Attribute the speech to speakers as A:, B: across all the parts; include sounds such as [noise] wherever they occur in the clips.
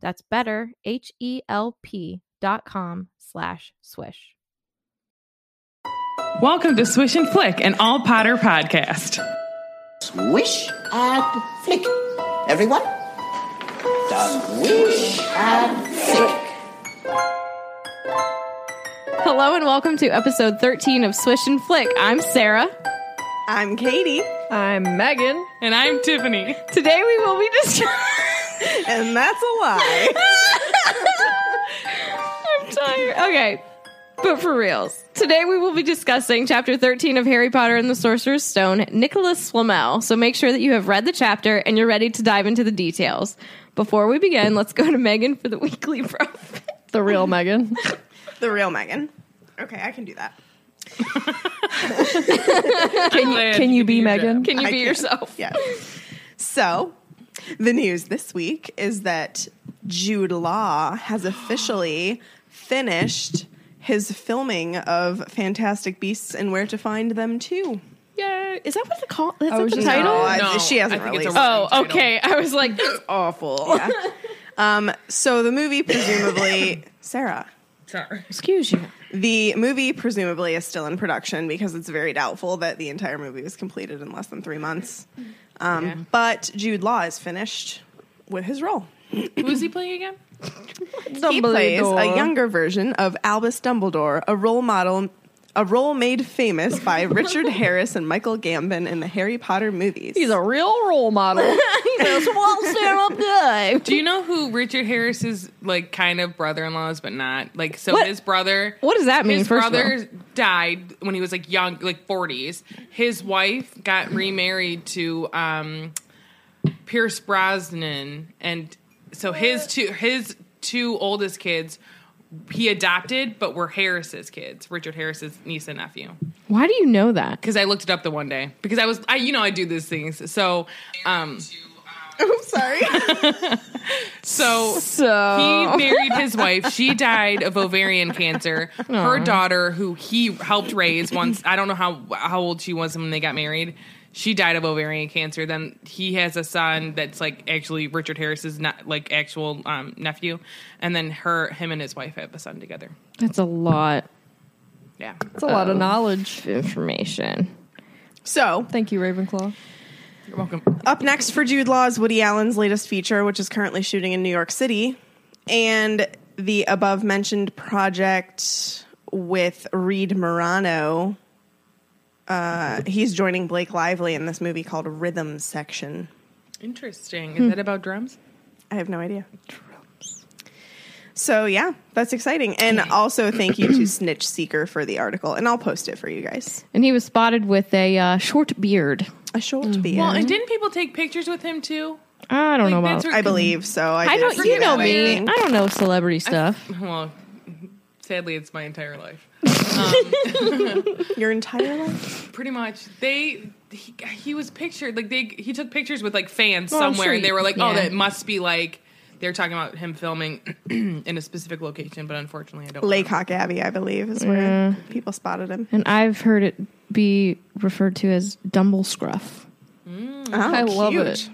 A: That's better, H-E-L-P dot com slash swish.
B: Welcome to Swish and Flick, an all Potter podcast.
C: Swish and flick. Everyone? Swish and flick.
A: Hello and welcome to episode 13 of Swish and Flick. I'm Sarah.
D: I'm Katie,
A: I'm Megan.
B: And I'm Tiffany.
A: Today we will be discussing.
D: and that's a lie.
A: [laughs] I'm tired. Okay. But for reals, today we will be discussing chapter 13 of Harry Potter and the Sorcerer's Stone, Nicholas Flamel. So make sure that you have read the chapter and you're ready to dive into the details. Before we begin, let's go to Megan for the [laughs] weekly profit.
E: The real Megan.
D: the real Megan. Okay, I can do that.
B: Can you,
E: Can you be Megan?
A: Can you
D: I
A: be
D: can.
A: yourself?
D: Yes. So, the news this week is that Jude Law has officially finished his filming of Fantastic Beasts and Where to Find Them Too.
A: Yeah. Is that what it's called? That's
E: I was
A: the
E: just-
A: title?
D: No, I-
B: No,
D: she hasn't
B: I think it's
D: released.
B: a
D: it.
A: Oh, okay. I was [laughs] like,
D: awful. [laughs] Yeah. um, so the
B: [coughs]
D: movie presumably, Sarah.
B: Sorry.
A: excuse you.
D: The movie presumably is still in production because it's very doubtful that the entire movie was completed in less than three months. Um, But Jude Law is finished with his role.
B: Who's he playing again?
D: [laughs] He plays a younger version of Albus Dumbledore, a role model, a role made famous
B: [laughs]
D: by Richard Harris and Michael Gambon in the Harry Potter movies.
E: He's a real
A: [laughs]
E: role [laughs] model.
B: Do you know who Richard Harris's like kind of brother-in-law is, but not like so?
E: What-
B: His brother.
E: what does that mean,
B: His
E: first of all?
B: brother died when he was like young, like forties. His wife got remarried to um, Pierce Brosnan, and so his two his two oldest kids he adopted, but were Harris's kids, Richard Harris's niece and nephew.
A: Why do you know that?
B: Because I looked it up the one day because I was I you know I do these things so [laughs] um
D: I'm sorry.
B: [laughs] so
E: So
B: He married his wife. She died of ovarian cancer. Her daughter, who he helped raise once, I don't know how how old she was when they got married. She died of ovarian cancer. Then he has a son that's like actually Richard Harris's not like actual um, nephew, and then her, him, and his wife have a son together.
A: That's a lot
B: Yeah,
E: it's a lot of knowledge.
A: of information.
D: so
E: Thank you, Ravenclaw.
B: you're welcome.
D: Up next for Jude Law is Woody Allen's latest feature, which is currently shooting in New York City, and the above mentioned project with Reed Morano. Uh, he's joining Blake Lively in this movie called Rhythm Section.
B: Interesting. Is that about drums?
D: I have no idea. So yeah, that's exciting. And also thank
A: [clears throat]
D: you to Snitch Seeker for the article, and I'll post it for you guys.
A: And he was spotted with a uh, short beard.
D: A short beard,
B: Well, and didn't people take pictures with him too?
A: Mm-hmm. I don't know about.
B: That's
D: I
B: where-
D: believe so. I,
A: I
D: did
A: don't.
D: see
A: You know
D: that, I
A: me.
D: think.
A: I don't know celebrity stuff.
B: Well, sadly, it's my entire life. [laughs]
D: Your entire life.
B: pretty much they he, he was pictured like they he took pictures with like fans
A: Well, I'm
B: somewhere
A: sure
B: and they
A: you-
B: were like oh
A: yeah.
B: that must be like They're talking about him filming [clears throat] in a specific location, but unfortunately, I don't.
D: Laycock Abbey, I believe, is where people spotted him.
A: And I've heard it be referred to as Dumble Scruff.
D: Oh,
E: I love it.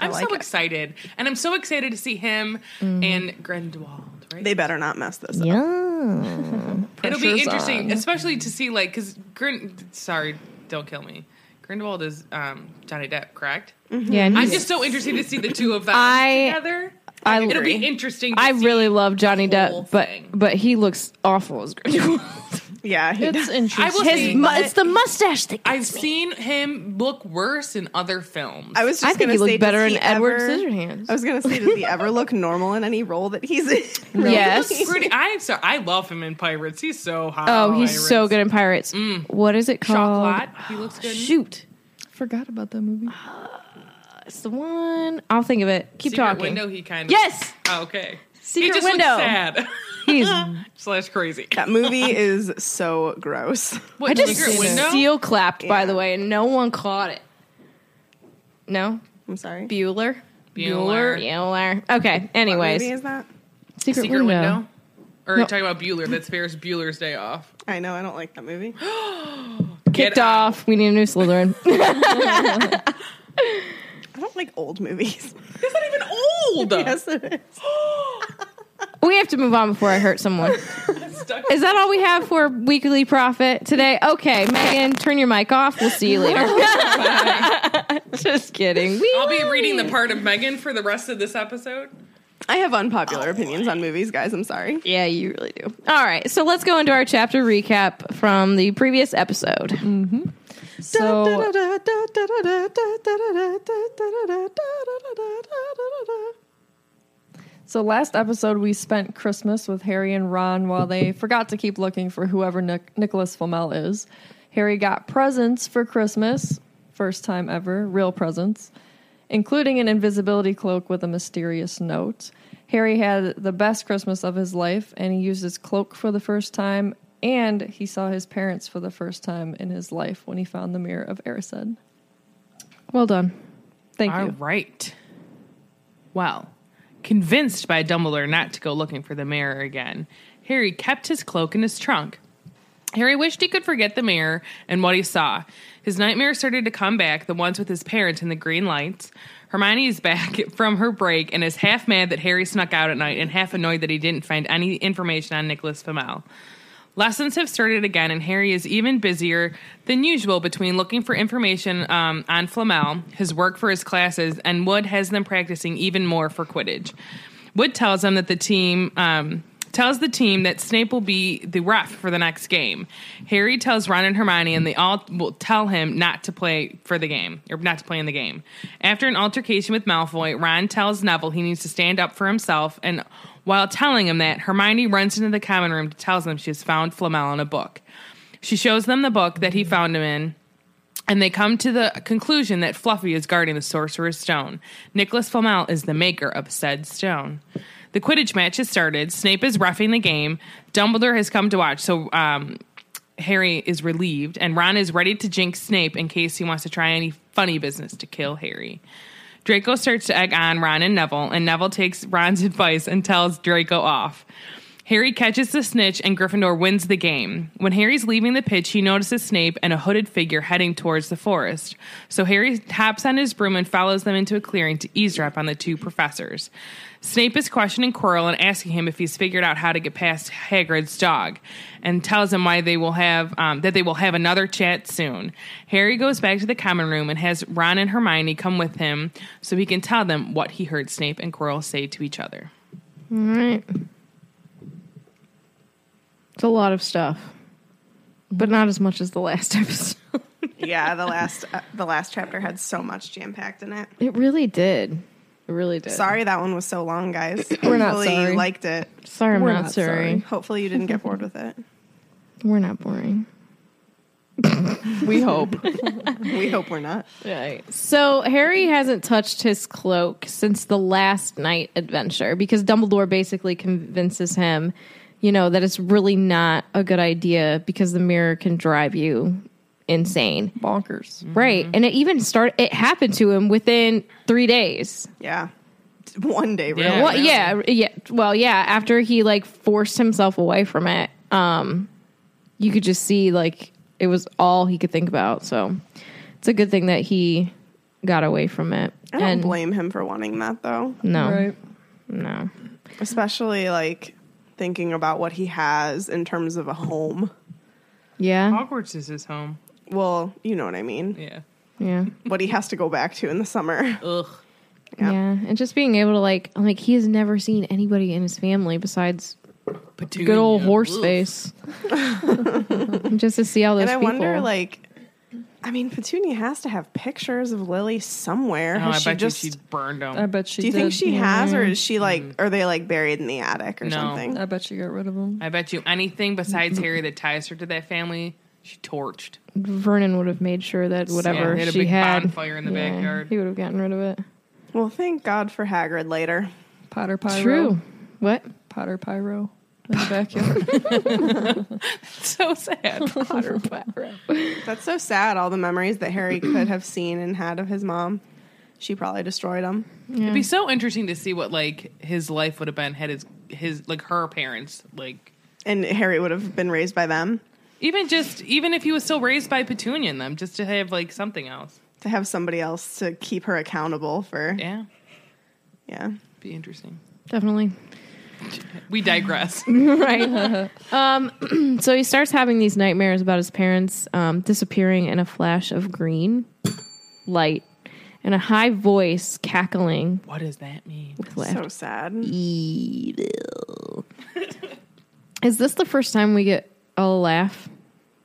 B: I'm
D: like
B: so
D: it.
B: excited, and I'm so excited to see him
A: Mm-hmm.
B: and Grendelwald. Right?
D: They better not mess this up.
E: Mm-hmm.
A: Yeah.
B: It'll be
E: pressure's
B: interesting, especially to see like because Grind. Sorry, don't kill me. Grindelwald is um, Johnny Depp, correct?
A: Yeah. And
B: I'm
A: he's-
B: just so interested to see the two of them
A: I-
B: together.
A: I
B: It'll
A: agree.
B: be interesting. To
A: I
B: see.
A: really love Johnny
B: whole
A: Depp, but
B: thing.
A: but he looks awful as Grindelwald.
D: Yeah, he
E: It's interesting.
B: I
A: [laughs]
B: will
A: His
B: say
A: mu-
B: that
A: it's the mustache that
B: I've seen him look worse in other films.
D: I was just
A: I think
D: gonna
A: he looked
D: say, does
A: better
D: he
A: in Edward
D: ever-
A: Scissorhands.
D: I was gonna say, does he ever look normal in any role that he's
A: [laughs]
D: in?
A: Yes.
B: Pretty, I'm so I love him in Pirates. He's so hot.
A: Oh,
B: in
A: he's
B: Pirates. Mm.
A: so good in Pirates. What is it called?
B: Chocolat. He looks good. in-
A: Shoot.
E: forgot about that movie.
A: Uh, It's the one. I'll think of it. Keep
B: Secret
A: talking.
B: Window. He kind of
A: Yes.
B: Oh, okay.
A: Secret
B: he just
A: Window.
B: Looks sad. [laughs]
A: He's
B: Uh-huh. Slash crazy.
D: that movie is so gross.
B: What,
A: I just
B: Secret Window?
A: seal clapped by
D: Yeah.
A: the way and no one caught it. No?
D: I'm sorry.
A: Bueller?
B: Bueller.
A: Bueller. Okay.
D: What
A: Anyways.
D: movie is that?
A: Secret,
B: Secret Window. Or are
A: No.
B: you talking about Bueller? That's Ferris Bueller's Day Off.
D: I know I don't like
A: [gasps]
D: that movie.
B: Get
A: Kicked off. We need a new
B: [laughs]
A: Slytherin.
D: I don't like old movies. [laughs]
B: That's not even old.
D: yes, it is.
A: we have to move on before I hurt someone.
B: Stuck.
A: Is that all we have for weekly profit today? Okay, Megan, turn your mic off. We'll see you [laughs] later. Just kidding. We
B: I'll be reading the part of Megan for the rest of this episode.
D: I have unpopular opinions on movies, guys. I'm sorry.
A: Oh, Yeah, you really do. All right, so let's go into our chapter recap from the previous episode. Mm-hmm. So,
E: So last episode we spent Christmas with Harry and Ron while they forgot to keep looking for whoever Nic- Nicholas Flamel is. Harry got presents for Christmas, first time ever, real presents, including an invisibility cloak with a mysterious note. Harry had the best Christmas of his life and he used his cloak for the first time and he saw his parents for the first time in his life when he found the mirror of Erised.
A: well done.
E: Thank
B: All
E: you.
B: right. Well, convinced by Dumbledore not to go looking for the mirror again, Harry kept his cloak in his trunk. Harry wished he could forget the mirror and what he saw. His nightmares started to come back, the ones with his parents and the green lights. Hermione is back [laughs] from her break and is half mad that Harry snuck out at night and half annoyed that he didn't find any information on Nicholas Flamel. Lessons have started again, and Harry is even busier than usual between looking for information um, on Flamel, his work for his classes, and Wood has them practicing even more for Quidditch. Wood tells them that the team um, tells the team that Snape will be the ref for the next game. Harry tells Ron and Hermione, and they all will tell him not to play for the game or not to play in the game. After an altercation with Malfoy, Ron tells Neville he needs to stand up for himself and while telling him that, Hermione runs into the common room to tell them she has found Flamel in a book. She shows them the book that he found him in, and they come to the conclusion that Fluffy is guarding the Sorcerer's Stone. Nicholas Flamel is the maker of said stone. The Quidditch match has started. Snape is roughing the game. Dumbledore has come to watch, so um, Harry is relieved, and Ron is ready to jinx Snape in case he wants to try any funny business to kill Harry. Draco starts to egg on Ron and Neville, and Neville takes Ron's [laughs] advice and tells Draco off. Harry catches the snitch, and Gryffindor wins the game. When Harry's leaving the pitch, he notices Snape and a hooded figure heading towards the forest. So Harry hops on his broom and follows them into a clearing to eavesdrop on the two professors. Snape is questioning Quirrell and asking him if he's figured out how to get past Hagrid's dog, and tells him why they will have um, that they will have another chat soon. Harry goes back to the common room and has Ron and Hermione come with him so he can tell them what he heard Snape and Quirrell say to each other.
A: All right. It's a lot of stuff, but not as much as the last [laughs] episode.
D: Yeah, the last uh, the last chapter had so much jam packed in it.
A: It really did. It really did.
D: [laughs] Sorry that one was so long, guys.
E: [clears throat] We're not
D: Hopefully
E: sorry.
D: you liked it.
A: Sorry, I'm
E: We're
A: not,
E: not
A: sorry.
E: sorry.
D: Hopefully you didn't get bored with
E: [laughs]
D: it.
A: We're not boring.
E: We hope.
D: We hope we're not.
E: right.
A: So Harry hasn't touched his cloak since the last night adventure because Dumbledore basically convinces him, you know, that it's really not a good idea because the mirror can drive you insane.
E: Bonkers.
A: Right. And it even start it happened to him within 3 days.
D: Yeah. one day, really.
B: Yeah.
A: Well, yeah, yeah. Well, yeah. After he like forced himself away from it, um, you could just see like it was all he could think about. So it's a good thing that he got away from it.
D: I don't
A: and
D: blame him for wanting that though,
A: no,
E: Right.
A: no,
D: especially like thinking about what he has in terms of a home.
A: yeah,
B: [laughs] Hogwarts is his home.
D: Well, you know what I mean.
B: Yeah.
A: yeah.
D: What he has to go back to in the summer.
B: Ugh.
A: Yeah. and just being able to like, like he has never seen anybody in his family besides
B: Petunia.
A: good old horse
B: Ugh.
A: face. [laughs] just to see all those
D: And I
A: people.
D: wonder, like, I mean, Petunia has to have pictures of Lily somewhere.
B: No,
D: Has
B: Oh, I
D: she
B: bet
D: just,
B: you she burned him.
E: I bet she.
D: do you
E: did.
D: think she has, or is she like, are they like buried in the attic or
B: No.
D: something?
E: I bet she got rid of him.
B: I bet you anything besides Harry that ties her to that family, she torched.
A: Vernon would have made sure that whatever
B: they had a
A: she
B: big
A: had,
B: bonfire in the
A: yeah,
B: backyard.
A: he would have gotten rid of it.
D: Well, thank God for Hagrid later.
E: Potter pyro.
A: True. What?
E: Potter pyro. In the backyard.
B: [laughs] So sad.
A: Potter Pyro.
D: That's so sad. All the memories that Harry could have [clears throat] seen and had of his mom, she probably destroyed them.
B: It'd be so interesting to see what like his life would have been had his his like her parents like
D: And Harry would have been raised by them
B: even just even if he was still raised by Petunia and them just to have like something else.
D: to have somebody else to keep her accountable for. Yeah.
B: Yeah, be interesting.
A: Definitely.
B: We digress.
A: Right. um, so he starts having these nightmares about his parents um, disappearing in a flash of green light and a high voice cackling
B: what does that mean?
A: with laughter.
D: So sad.
A: Is this the first time we get a laugh?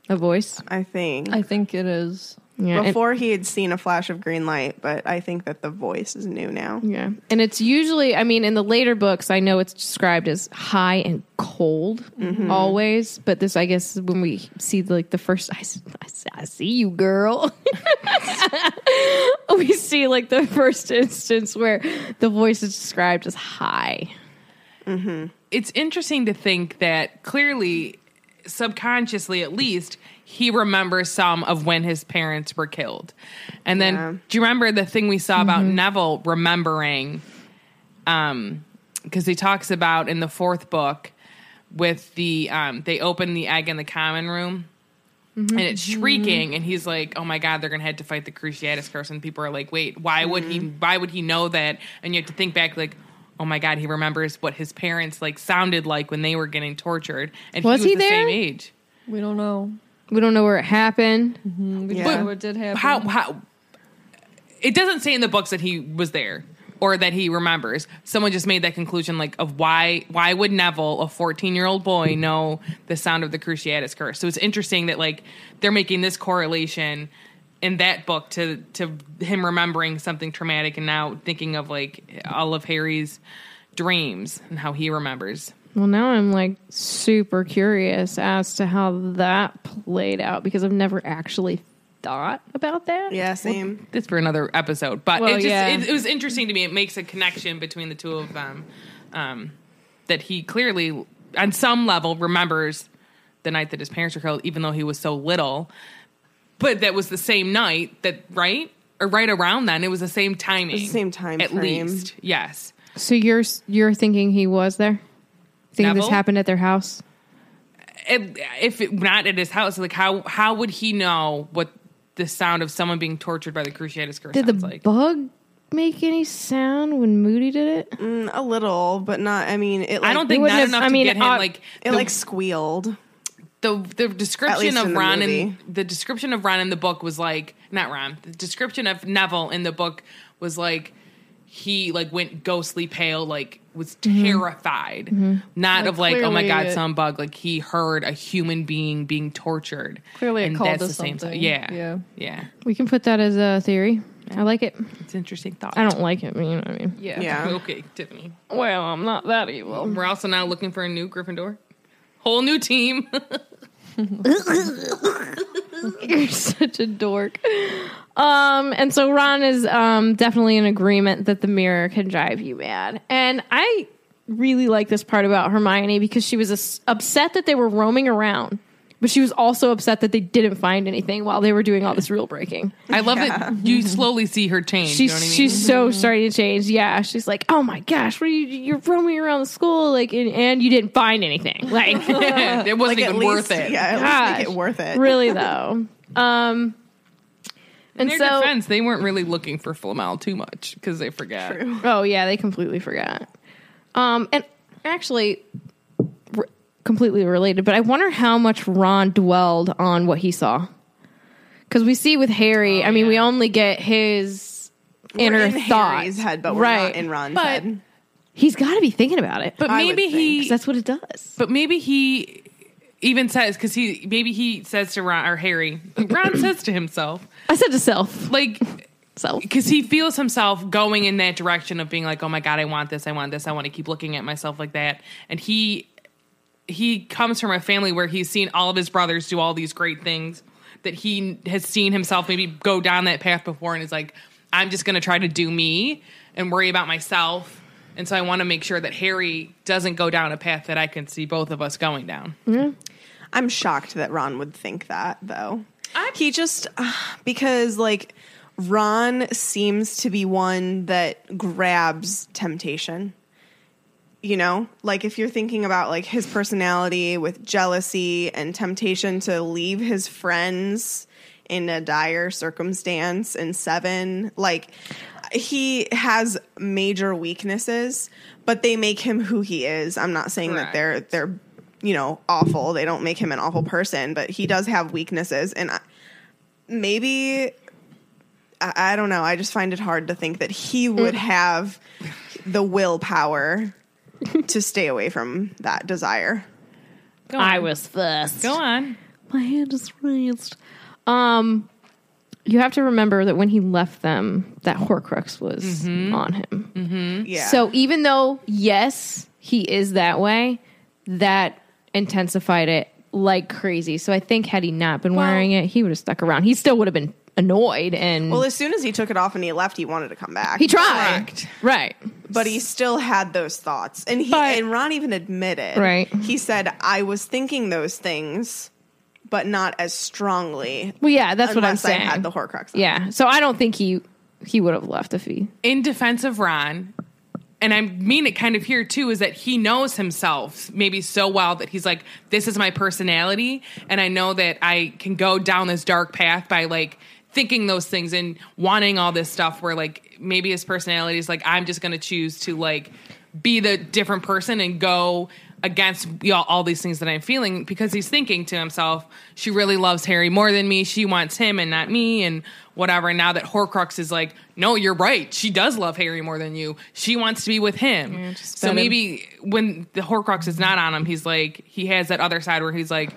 A: A voice?
D: I think.
E: I think it is.
A: Yeah. and-
D: Before he had seen a flash of green light, but I think that the voice is new now.
A: Yeah. And it's usually, I mean, in the later books, I know it's described as high and cold
B: Mm-hmm.
A: always, but this, I guess, is when we see like the first, I, s- I s- I see you, girl. [laughs] we see like the first instance where the voice is described as high.
B: It's interesting to think that clearly, subconsciously at least, he remembers some of when his parents were killed. And then,
D: Yeah.
B: do you remember the thing we saw about Neville remembering? Um, because he talks about in the fourth book with the um, they open the egg in the common room. and it's shrieking and he's like oh my god they're gonna have to fight the cruciatus curse and people are like wait why would he why would he know that and you have to think back like oh my god he remembers what his parents like sounded like when they were getting tortured and
A: Was
B: he
A: he
B: was the
A: there?
B: same age
E: We don't know.
A: We don't know where it happened.
E: We just
D: Yeah.
E: know it did happen.
B: how how it doesn't say in the books that he was there or that he remembers someone just made that conclusion like of why why would neville a 14 year old boy know the sound of the cruciatus curse so it's interesting that like they're making this correlation in that book to to him remembering something traumatic and now thinking of like all of harry's dreams and how he remembers
A: Well, now I'm like super curious as to how that played out because I've never actually thought about that.
D: Yeah, same.
B: that's for another episode. But
A: Well,
B: it just
A: yeah.
B: it, it was interesting to me. It makes a connection between the two of them um, that he clearly, on some level, remembers the night that his parents were killed, even though he was so little. But that was the same night that right or right around then. It was the same timing.
D: the same time
B: at
D: frame.
B: least. Yes.
A: So you're you're thinking he was there? Thinking
B: Neville?
A: this happened at their house?
B: It- if it, not at his house, like how how would he know what the sound of someone being tortured by the Cruciatus curse
A: Did the
B: sounds like?
A: bug make any sound when Moody did it?
D: Mm, a little, but not. I mean, it. Like,
B: I don't think
A: wouldn't
B: not
A: have-
B: enough
A: I
B: to
A: mean,
B: get him
A: uh,
B: like
D: it like squealed.
B: the the description
D: least
B: of
D: in the
B: Ron and
D: movie.
B: the description of Ron in the book was like not Ron. The description of Neville in the book was like he like went ghostly pale, like was terrified, not of like oh my
E: clearly
B: god,
E: it-
B: some bug. Like he heard a human being being tortured.
E: Clearly it
B: And
E: called
B: that's
E: to
B: the same
E: something.
B: thing. Yeah,
E: Yeah.
B: yeah.
A: We can put that as a theory. I like it.
B: It's an interesting thought. [laughs]
A: I don't like it, but you know what I mean.
B: Yeah.
D: Yeah.
B: Okay, Tiffany.
A: Well, I'm not that evil.
B: We're also now looking for a new Gryffindor. Whole new team.
A: [laughs]
B: [laughs]
A: You're such a dork. Um, and so Ron is um definitely in agreement that the mirror can drive you mad. And I really like this part about Hermione because she was uh, upset that they were roaming around.
F: But she was also upset that they didn't find anything while they were doing all this rule breaking.
B: I love that you slowly see her change.
F: She's
B: you know what I mean?
F: she's so starting to change. Yeah, she's like, oh my gosh, what are you? You're roaming around the school like, and, and you didn't find anything. Like,
B: [laughs]
D: [laughs]
B: it wasn't
D: Like, at
B: even
D: least-
B: worth it.
D: Yeah, at least make
F: Gosh.
D: it worth it.
F: really though. Um,
B: In
F: and
B: their
F: so
B: defense, they weren't really looking for Flamel too much because they forgot.
D: True.
F: Oh yeah, they completely forgot. Um, and actually, r- completely related, but I wonder how much Ron dwelled on what he saw. Because we see with Harry, I mean, we only get his
D: Oh, We're
F: inner
D: in
F: thoughts.
D: Harry's head, but we're not in Ron's
F: But
D: head.
F: He's got to be thinking about it, but
B: But
D: I would
B: maybe
D: think.
B: he.
F: that's what it does.
B: But maybe he even says because he maybe he says to Ron or Harry. Ron says to himself,
F: I said to self,
B: like
F: self.
B: because he feels himself going in that direction of being like, oh my god, I want this, I want this, I want to keep looking at myself like that, and he he comes from a family where he's seen all of his brothers do all these great things that he has seen himself maybe go down that path before and is like i'm just going to try to do me and worry about myself and so i want to make sure that harry doesn't go down a path that i can see both of us going down
D: I'm shocked that Ron would think that though. he just ah, because like Ron seems to be one that grabs temptation. You know, like if you're thinking about like his personality with jealousy and temptation to leave his friends in a dire circumstance in 7, like he has major weaknesses, but they make him who he is. I'm not saying that
B: Correct.
D: they're they're you know awful they don't make him an awful person but he does have weaknesses and I, maybe I, I don't know i just find it hard to think that he
F: Mm.
D: would have the willpower to stay away from that desire
F: I was first.
B: go on
F: My hand is raised. Um, you have to remember that when he left them, that Horcrux was on him.
D: Mm-hmm. yeah
F: Mm-hmm. So even though yes, he is that way, that intensified it like crazy. So I think had he not been wearing it, he would have stuck around. He still would have been annoyed and
D: well as soon as he took it off and he left he wanted to come back
F: he tried.
B: Correct.
F: Right.
D: but he still had those thoughts and he
F: But-
D: and ron even admitted
F: Right.
D: he said i was thinking those things but not as strongly
F: Well, yeah, that's what I'm
D: unless i
F: saying.
D: had the horcrux on.
F: yeah. So I don't think he he would have left if he
B: in defense of Ron, and I mean it kind of here too, is that he knows himself maybe so well that he's like, this is my personality, and I know that I can go down this dark path by like thinking those things and wanting all this stuff where like maybe his personality is like, I'm just gonna choose to like be the different person and go against y'all all these things that I'm feeling because he's thinking to himself, she really loves Harry more than me. She wants him and not me and whatever. And now that Horcrux is like, no, you're right. She does love Harry more than you. She wants to be with him.
F: just
B: so
F: fed him.
B: maybe when the Horcrux is not on him, he's like, he has that other side where he's like,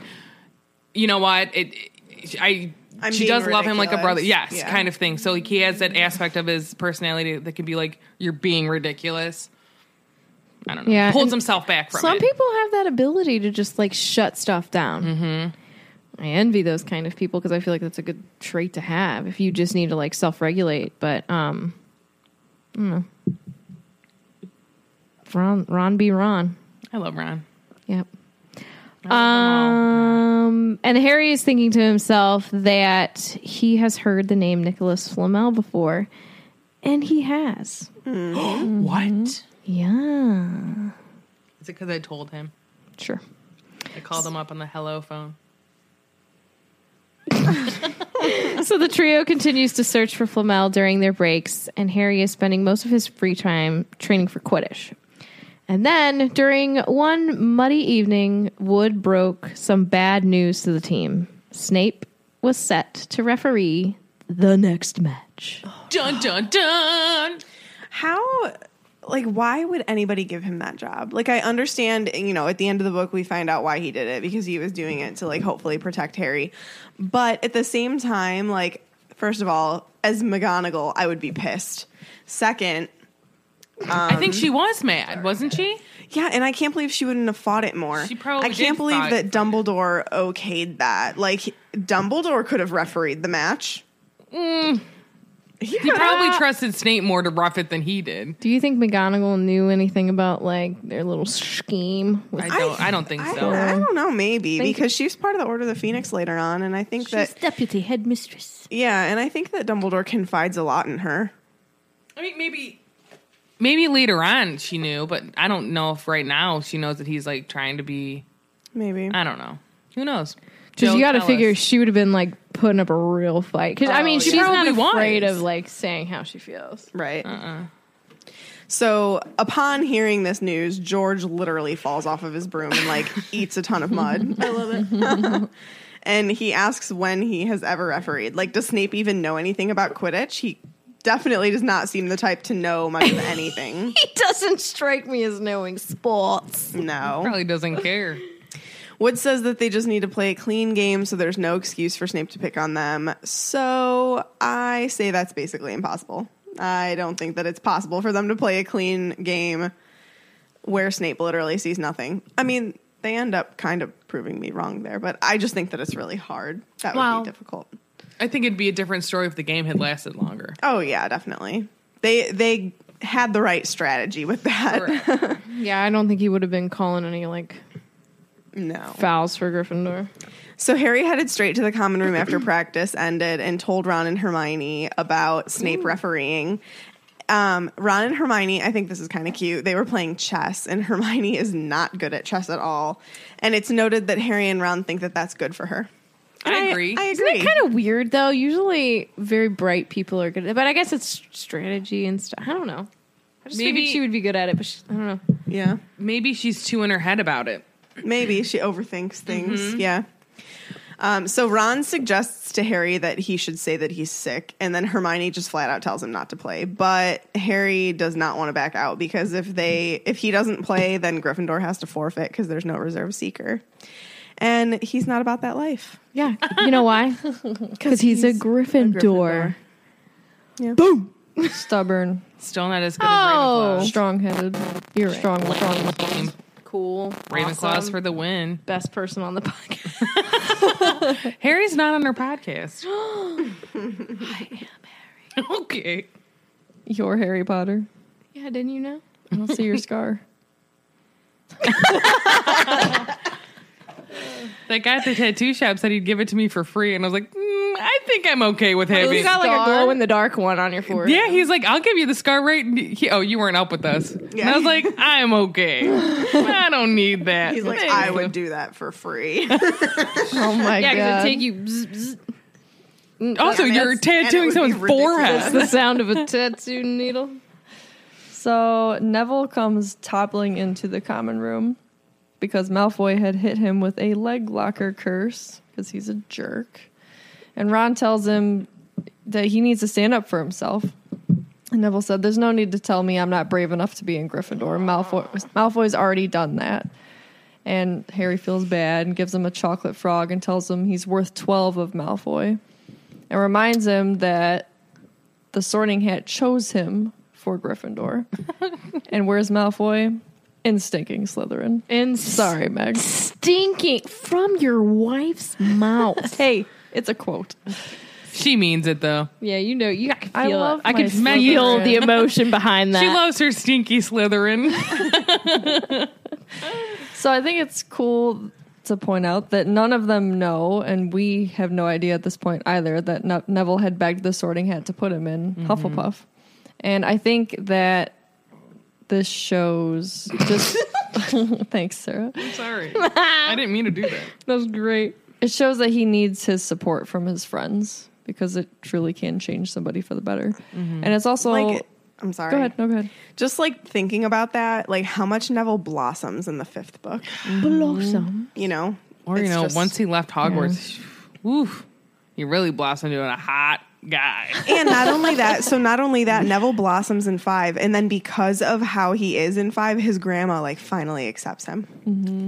B: you know what? It, it- I,
D: I'm
B: she
D: being
B: does love him like a
D: ridiculous.
B: brother. Yes,
D: Yeah.
B: kind of thing. So like, he has that aspect of his personality that can be like, you're being ridiculous. I don't know.
F: Yeah,
B: Holds
F: and
B: himself back from
F: Some
B: it.
F: people have that ability to just like shut stuff down. Mm-hmm. I envy those kind of people because I feel like that's a good trait to have if you just need to like self regulate. But um, I don't know. Ron, Ron, be Ron.
B: I love Ron.
F: Yep. Um, and Harry is thinking to himself that he has heard the name Nicholas Flamel before, and he has. Mm-hmm.
B: What?
F: Yeah,
B: Is it because I told him?
F: sure.
B: I called him up on the hello phone.
F: So the trio continues to search for Flamel during their breaks, and Harry is spending most of his free time training for Quidditch. And then during one muddy evening, Wood broke some bad news to the team. Snape was set to referee the next match.
B: Dun dun dun.
D: how like why would anybody give him that job like i understand you know at the end of the book we find out why he did it because he was doing it to like hopefully protect harry but at the same time like first of all as McGonagall, i would be pissed second
B: I think she was mad, wasn't she?
D: yeah and i can't believe she wouldn't have fought it more
B: She probably
D: i
B: did
D: can't believe
B: fight
D: that dumbledore okayed that like dumbledore could have refereed the match
B: He probably trusted Snape more to rough it than he did.
F: Do you think McGonagall knew anything about like their little scheme? With
B: I don't. I, don't think
D: I,
B: so.
D: I don't know, maybe because she was part of the Order of the Phoenix later on, and I think that
F: deputy headmistress.
D: yeah, and I think that Dumbledore confides a lot in her.
B: I mean, maybe, maybe later on she knew, but I don't know if right now she knows that he's like trying to be.
D: Maybe
B: I don't know. Who knows?
F: Because
B: Joe,
F: you got to
B: tell
F: figure
B: us.
F: she would have been like putting up a real fight. Because I mean, she's not
B: probably was.
F: afraid of like saying how she feels.
D: right. So upon hearing this news, George literally falls off of his broom and [laughs] like eats a ton of mud. [laughs] I love it. [laughs] and he asks when he has ever refereed. Like, does Snape even know anything about Quidditch? He definitely does not seem the type to know much of [laughs] anything.
E: He doesn't strike me as knowing sports.
D: no.
B: probably doesn't care.
D: Wood says that they just need to play a clean game, so there's no excuse for Snape to pick on them. So I say that's basically impossible. I don't think that it's possible for them to play a clean game where Snape literally sees nothing. I mean, they end up kind of proving me wrong there, but I just think that it's really hard. That would
B: Well-
D: be difficult.
B: I think it'd be a different story if the game had lasted longer.
D: Oh yeah, definitely. They they had the right strategy with that.
B: Correct.
F: Yeah, I don't think he would have been calling any like
D: [laughs] No.
F: fouls for Gryffindor.
D: So Harry headed straight to the common room after practice ended and told Ron and Hermione about Snape refereeing. Um, Ron and Hermione, I think this is kind of cute. They were playing chess, and [laughs] Hermione is not good at chess at all. And it's noted that Harry and Ron think that that's good for her. And
B: I agree.
D: I,
B: Isn't
D: agree.
F: Kind of weird though. Usually, very bright people are good at it, but I guess it's strategy and stuff. I don't know. I just
B: Maybe-
F: figured she would be good at it, but she, I don't know.
D: yeah.
B: Maybe she's too in her head about it.
D: Maybe she overthinks
B: Mm-hmm.
D: things. Yeah. Um, so Ron suggests to Harry that he should say that he's sick, and then Hermione just flat out tells him not to play. But Harry does not want to back out because if they if he doesn't play, then Gryffindor has to forfeit because there's no reserve seeker, and he's not about that life.
F: Yeah, you know why? Because he's, a, Gryffindor.
E: Stubborn,
B: Still not as good
F: Oh.
B: as
E: strong headed. You're
F: right.
E: strong, strong.
B: Ravenclaw.
F: [laughs] Cool.
B: Ravenclaw's
F: Awesome.
B: for the win.
F: best person on the [laughs] podcast.
B: Harry's not on her podcast. [laughs]
F: [gasps]
B: I am Harry. [laughs] Okay.
E: You're Harry Potter.
F: yeah, didn't you know?
E: I don't see your scar.
B: That guy at the tattoo shop said he'd give it to me for free, and I was like, mm, I think I'm okay with having.
F: You got like a
E: Scar?
F: glow in the dark one on your forehead.
B: Yeah, he's like, I'll give you the scar right. And he, oh, you weren't up with us. And I was like, I'm okay. I don't need that.
D: He's like,
B: Thank
D: I
B: you."
D: would do that for
E: [laughs]
D: free.
E: [laughs] Oh [laughs] my
F: Yeah, because
E: god.
F: it take you. bzz, bzz.
B: Also,
D: And
B: you're
D: it's- and it
B: tattooing
D: would be
B: someone's
D: [laughs]
F: It's
B: forehead.
F: the sound of a tattoo needle.
E: so Neville comes toppling into the common room because Malfoy had hit him with a leg locker curse because he's a jerk. And Ron tells him that he needs to stand up for himself. And Neville said, "There's no need to tell me I'm not brave enough to be in Gryffindor. Malfoy Malfoy's already done that." And Harry feels bad and gives him a chocolate frog and tells him he's worth 12 of Malfoy. And reminds him that the Sorting Hat chose him for [laughs] Gryffindor. and where's Malfoy? In stinking Slytherin.
F: And
E: Sorry, Meg.
F: stinking from your wife's mouth.
E: Hey, it's a quote.
B: She means it though.
F: yeah, you know, you. I can feel
E: I love
F: it. I can
E: my
F: feel
E: Slytherin.
F: the [laughs]
B: [laughs]
F: emotion behind that.
B: She loves her stinky Slytherin.
E: So I think it's cool to point out that none of them know, and we have no idea at this point either, that ne- Neville had begged the sorting hat to put him in Hufflepuff. And I think that this shows [laughs] just. Thanks, Sarah.
B: [laughs] Sorry, I didn't mean to do
F: [laughs]
B: that.
E: That was great. It shows that he needs his support from his friends because it truly can change somebody for the better. And it's also.
D: like, I'm sorry.
E: go ahead. No, go ahead.
D: Just like thinking about that, like how much Neville blossoms in the fifth book.
F: blossom.
D: You know,
B: Or you
D: It's
B: know,
D: just-
B: once he left Hogwarts, oof, he really blossomed into a hot guy.
D: and not only that, so not only that, Neville blossoms in five, and then because of how he is in five, his grandma like finally accepts him.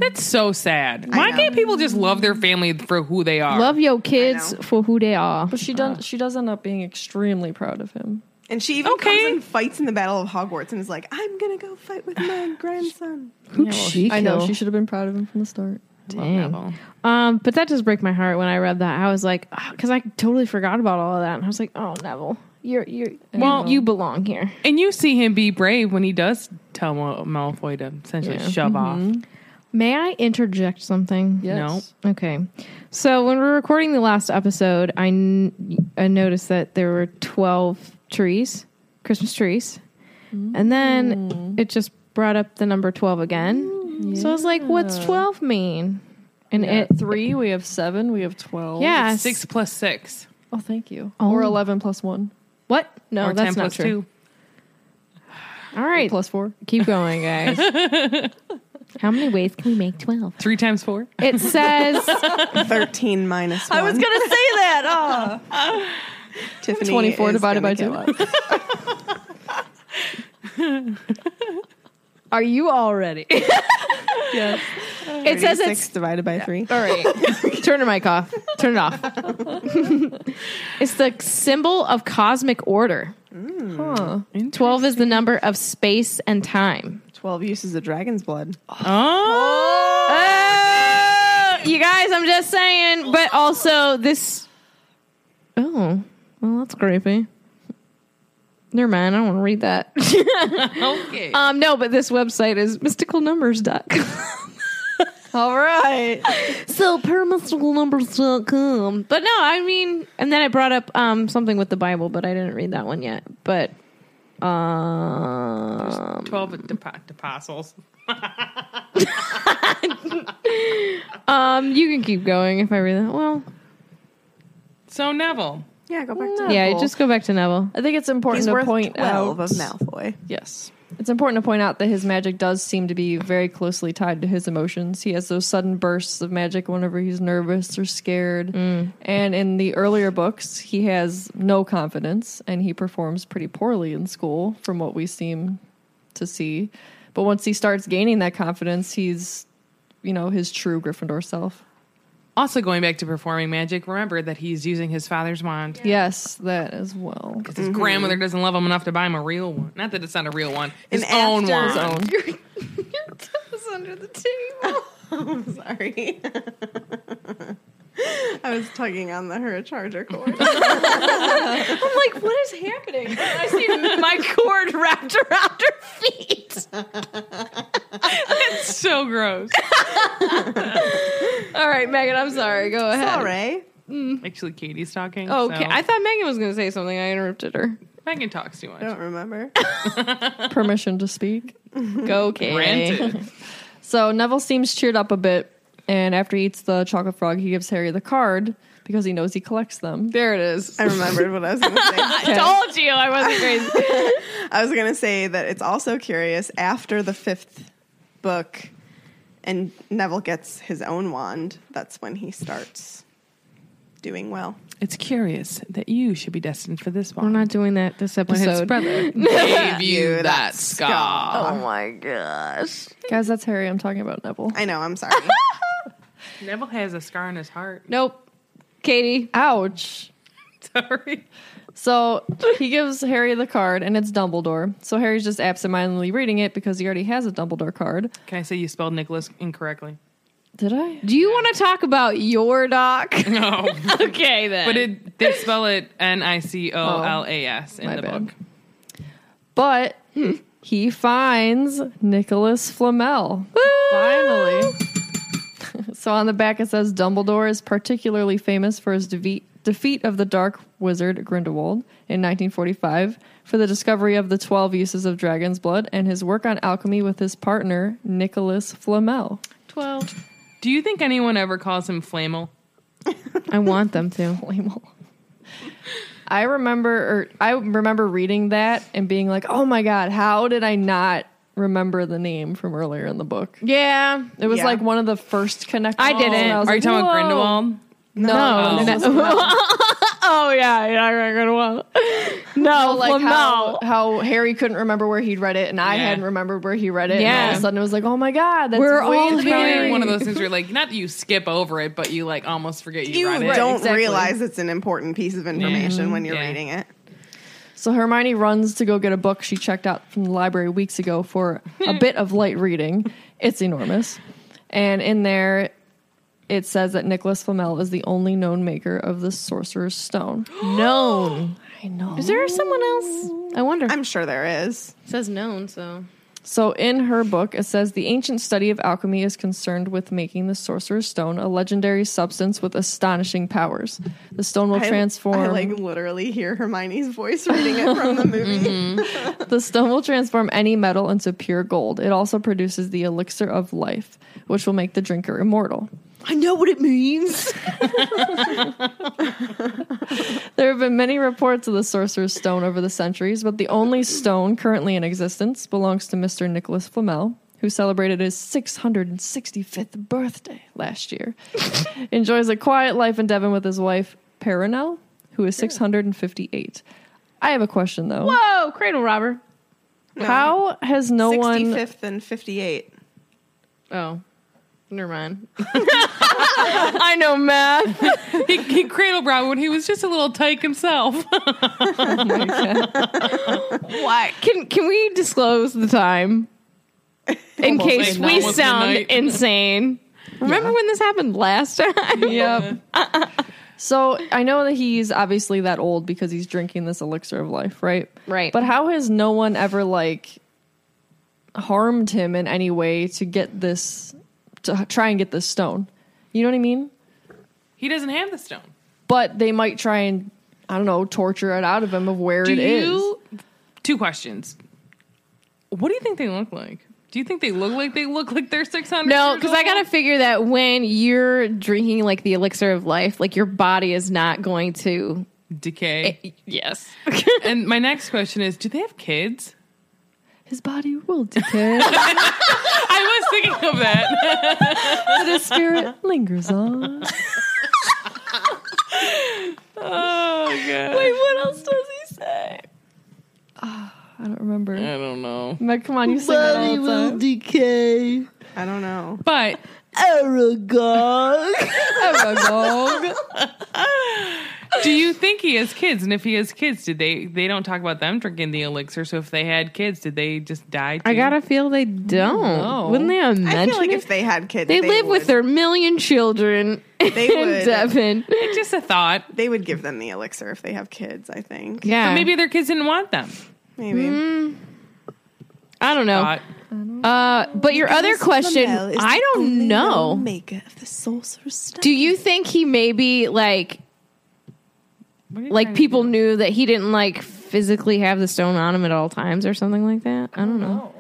B: That's so sad. Why
D: know.
B: can't people just love their family for who they are?
F: Love your kids
D: I know.
F: for who they are.
E: But she, does. she does end up being extremely proud of him.
D: And she even
B: Okay.
D: comes and fights in the Battle of Hogwarts and is like, "I'm gonna go fight with my grandson."
F: Who she?
E: I know.
F: kill?
E: She should have been proud of him from the start.
B: Neville.
F: Um, "Ah," but that does break my heart when I read that. I was like, because I totally forgot about all of that, and I was like, oh, Neville,
E: You're you're
F: Well, you belong here.
B: And you see him be brave when he does tell Mal- Malfoy to essentially shove
F: Mm-hmm.
B: off.
F: May I interject something?
E: yes.
F: Okay. So when we were recording the last episode, I, n- I noticed that there were 12 trees, Christmas trees. And then it just brought up the number 12 again. So I was like, what's 12 mean? And it,
E: At three, we have seven, we have twelve.
F: yeah.
B: Six plus six.
E: Oh, thank you. Or eleven plus one.
F: What? No,
B: or ten
F: that's not
B: plus
F: true.
B: two.
F: All right.
E: Plus four.
F: Keep going, guys. How many ways can we make 12?
B: Three times four.
F: [laughs] It says
D: 13 minus 1. I was going
E: gonna say that. Oh.
D: Tiffany
E: 24
D: is
E: divided
D: gonna
E: by
D: kill
E: two.
D: us.
F: Are you all ready?
E: yes.
F: It says it's
D: 36 divided by 3.
F: All right. [laughs] Turn the mic off. Turn it off. [laughs] it's the symbol of cosmic order. Hmm. 12 is the number of space and time.
D: 12 uses of dragon's blood.
B: Oh,
F: Oh, you guys, I'm just saying. But also, this. Oh, well, that's creepy. Never mind. I don't want to read that.
B: okay.
F: um, no, but this website is mysticalnumbers.com.
E: [laughs] All right.
F: So paramysticalnumbers.com. But no, I mean, and then I brought up um something with the Bible, but I didn't read that one yet. But um,
B: Twelve depo- apostles.
F: um, you can keep going if I read that. Well,
B: So Neville.
D: Yeah, go back
E: to-
F: yeah,
E: Neville.
F: just go back to Neville.
E: [laughs] I think it's important
D: He's
E: to
D: worth
E: point
D: 12
E: out
D: of Malfoy. [laughs]
E: Yes. It's important to point out that his magic does seem to be very closely tied to his emotions. He has those sudden bursts of magic whenever he's nervous or scared.
F: Mm.
E: And in the earlier books, he has no confidence and he performs pretty poorly in school from what we seem to see. But once he starts gaining that confidence, he's, you know, his true Gryffindor self.
B: Also going back to performing magic. Remember that he's using his father's wand.
E: Yes, that as well.
B: His grandmother doesn't love him enough to buy him a real one. Not that it's not a real one. His
D: An
B: own
D: after-
B: wand.
D: His own.
F: under the table.
D: Sorry. [laughs] I was tugging on the her charger cord.
F: I'm like, what is happening? I see [laughs] my cord wrapped around her feet.
B: So gross. [laughs]
F: All right, Megan, I'm sorry. Go ahead.
D: Sorry.
B: Actually, Katie's talking.
F: Okay,
B: so
F: I thought Megan was going to say something. I interrupted her.
B: Megan talks [laughs] too much.
D: Don't remember.
E: Permission to speak.
F: Go, Katie.
B: Granted.
E: So Neville seems cheered up a bit, and after he eats the chocolate frog, he gives Harry the card because he knows he collects them.
F: There it is.
D: I remembered what I was going
B: [laughs]
D: to say.
F: I told you I wasn't crazy.
D: I was going to say that it's also curious after the fifth book and Neville gets his own wand, that's when he starts doing well.
B: [laughs] It's curious that you should be destined for this
F: We're
B: one.
F: not doing that this
B: When his [laughs]
F: episode.
B: brother gave you that scar.
F: Oh my gosh.
E: Guys, that's Harry. I'm talking about Neville.
D: I know, I'm sorry.
B: Neville has a scar on his heart.
F: Nope. Katie.
E: Ouch.
B: [laughs] Sorry.
E: So he gives Harry the card, and it's Dumbledore. So Harry's just absentmindedly reading it because he already has a Dumbledore card.
B: Can I say you spelled Nicholas incorrectly?
E: Did I?
F: Do you want to talk about your doc?
B: [laughs] No.
F: okay then.
B: but it, they spell it N I C O L A S in
E: my
B: the
E: bad.
B: book.
E: But he finds Nicholas Flamel. Finally. so on the back it says Dumbledore is particularly famous for his defeat defeat of the dark wizard Grindelwald in 1945 for the discovery of the 12 uses of dragon's blood and his work on alchemy with his partner Nicholas Flamel.
F: twelve.
B: Do you think anyone ever calls him Flamel?
F: I want
E: [laughs]
F: them to.
E: Flamel. I remember or I remember reading that and being like, "Oh my god, how did I not remember the name from earlier in the book?"
F: Yeah.
E: It was
D: Yeah.
E: like one of the first connections.
F: I didn't.
E: And I was
B: Are you
E: like,
B: talking about
E: "Whoa."
B: Grindelwald?
E: No.
F: [laughs] Oh yeah, yeah, I remember well. [laughs] No,
E: Like
F: Flamel.
E: how, how Harry couldn't remember where he'd read it, and I
B: Yeah.
E: hadn't remembered where he read it. And all
F: Yeah.
E: of a sudden, it was like, oh my god, that's
F: We're
E: way
F: all
E: too
B: Probably
E: many.
B: one of those things where like not that you skip over it, but you like almost forget [laughs] you,
D: You
B: read it.
D: don't
E: exactly.
D: realize it's an important piece of information when you're
B: Yeah.
D: reading it.
E: So Hermione runs to go get a book she checked out from the library weeks
D: [laughs]
E: ago for a bit of light reading. It's enormous. And in there, it says that Nicholas Flamel is the only known maker of the Sorcerer's Stone.
F: Known.
E: I know.
F: Is there someone else? I wonder.
D: I'm sure there is.
F: it says known, so.
E: So, in her book, it says the ancient study of alchemy is concerned with making the Sorcerer's Stone a legendary substance with astonishing powers. The stone will
D: I-
E: transform.
D: I, like literally hear Hermione's voice reading it from the movie.
E: The stone will transform any metal into pure gold. It also produces the elixir of life, which will make the drinker immortal.
D: I know what it means. [laughs]
E: There have been many reports of the Sorcerer's Stone over the centuries, but the only stone currently in existence belongs to Mr. Nicholas Flamel, who celebrated his 665th birthday
D: [laughs]
E: last year. Enjoys a quiet life in Devon with his wife, Perronel, who is 658. I have a question though.
F: Whoa, Oh, cradle robber.
E: How has no one
D: 65th and 58.
F: Oh, never [laughs] mind.
E: I know math.
B: He, he cradle robbed when he was just a little tyke [laughs] himself.
F: Why can can we disclose the time in case
B: like
F: we
B: almost
F: sound
B: midnight.
F: insane? Remember when this happened last time?
E: yep. So I know that he's obviously that old because he's drinking this elixir of life, right?
F: Right.
E: But how has no one ever like harmed him in any way to get this to h- try and get this stone? You know what I mean?
B: He doesn't have the stone.
E: But they might try and I don't know torture it out of him of where
B: Do
E: it is.
B: you? Two questions. What do you think they look like? Do you think they look like they look like they're six hundred?
F: No, because I gotta figure that when you're drinking like the elixir of life, like your body is not going to.
B: decay.
F: Yes.
B: [laughs] and my next question is: Do they have kids?
E: His body will
F: [laughs]
E: decay,
B: I was thinking of that.
E: but his spirit lingers on.
B: [laughs] oh god.
E: what else does he say? I don't remember.
B: I don't know.
E: Meg, come on, you sing that all the time.
D: I don't know.
B: But
E: Aragog.
B: do you think he has kids? And if he has kids, did they? They don't talk about them drinking the elixir. So if they had kids, did they just die?
F: I
B: too?
F: gotta feel they don't. Wouldn't they have
D: I
F: mentioned
D: feel like
F: it?
D: if they had kids,
F: they, live with
D: would.
F: their million children [laughs]
D: They
F: in
D: would.
F: Devon.
B: It's just a thought.
D: They would give them the elixir if they have kids. I think.
F: Yeah,
B: Maybe their kids didn't want them.
D: Maybe.
B: Mm-hmm.
F: I don't know.
B: Thought.
F: Uh, but your other question, I don't know.
D: Maker of the sorcerer's stone.
F: Do you think he maybe like
B: What are you
F: like
B: trying to
F: people knew that he didn't like physically have the stone on him at all times or something like that? I don't know.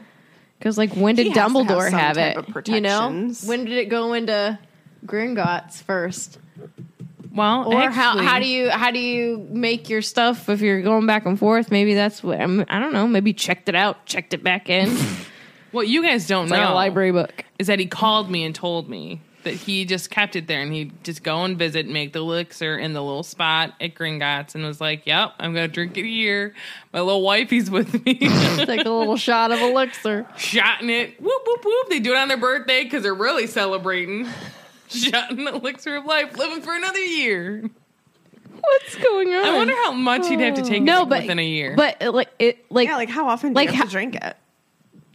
F: Because like when did
D: He has to have
F: Dumbledore
D: some
F: have,
D: type
F: it?
D: of
F: You know,
D: protections.
F: when did it go into Gringotts first?
B: do? Well,
F: Or how
B: actually-
F: how do you how do you make your stuff if you're going back and forth? Maybe that's what I'm, I don't know. Maybe checked it out, checked it back in,
B: What you guys don't know
F: like a library book.
B: is that he called me and told me that he just kept it there and he'd just go and visit, make the elixir in the little spot at Gringotts, and was like, "Yep, I'm gonna drink it here. My little wifey's [laughs] with me."
E: Take a little shot of elixir.
B: shotting it. Whoop whoop whoop. They do it on their birthday because they're really celebrating. [laughs] Shotting the elixir of life, living for another year.
F: What's going on?
B: I wonder how much he'd have to take
F: no,
B: like,
F: but
B: within a year.
F: but uh, like it like
D: Yeah, like how often do
F: Like
D: you have
F: ho-
D: to drink it?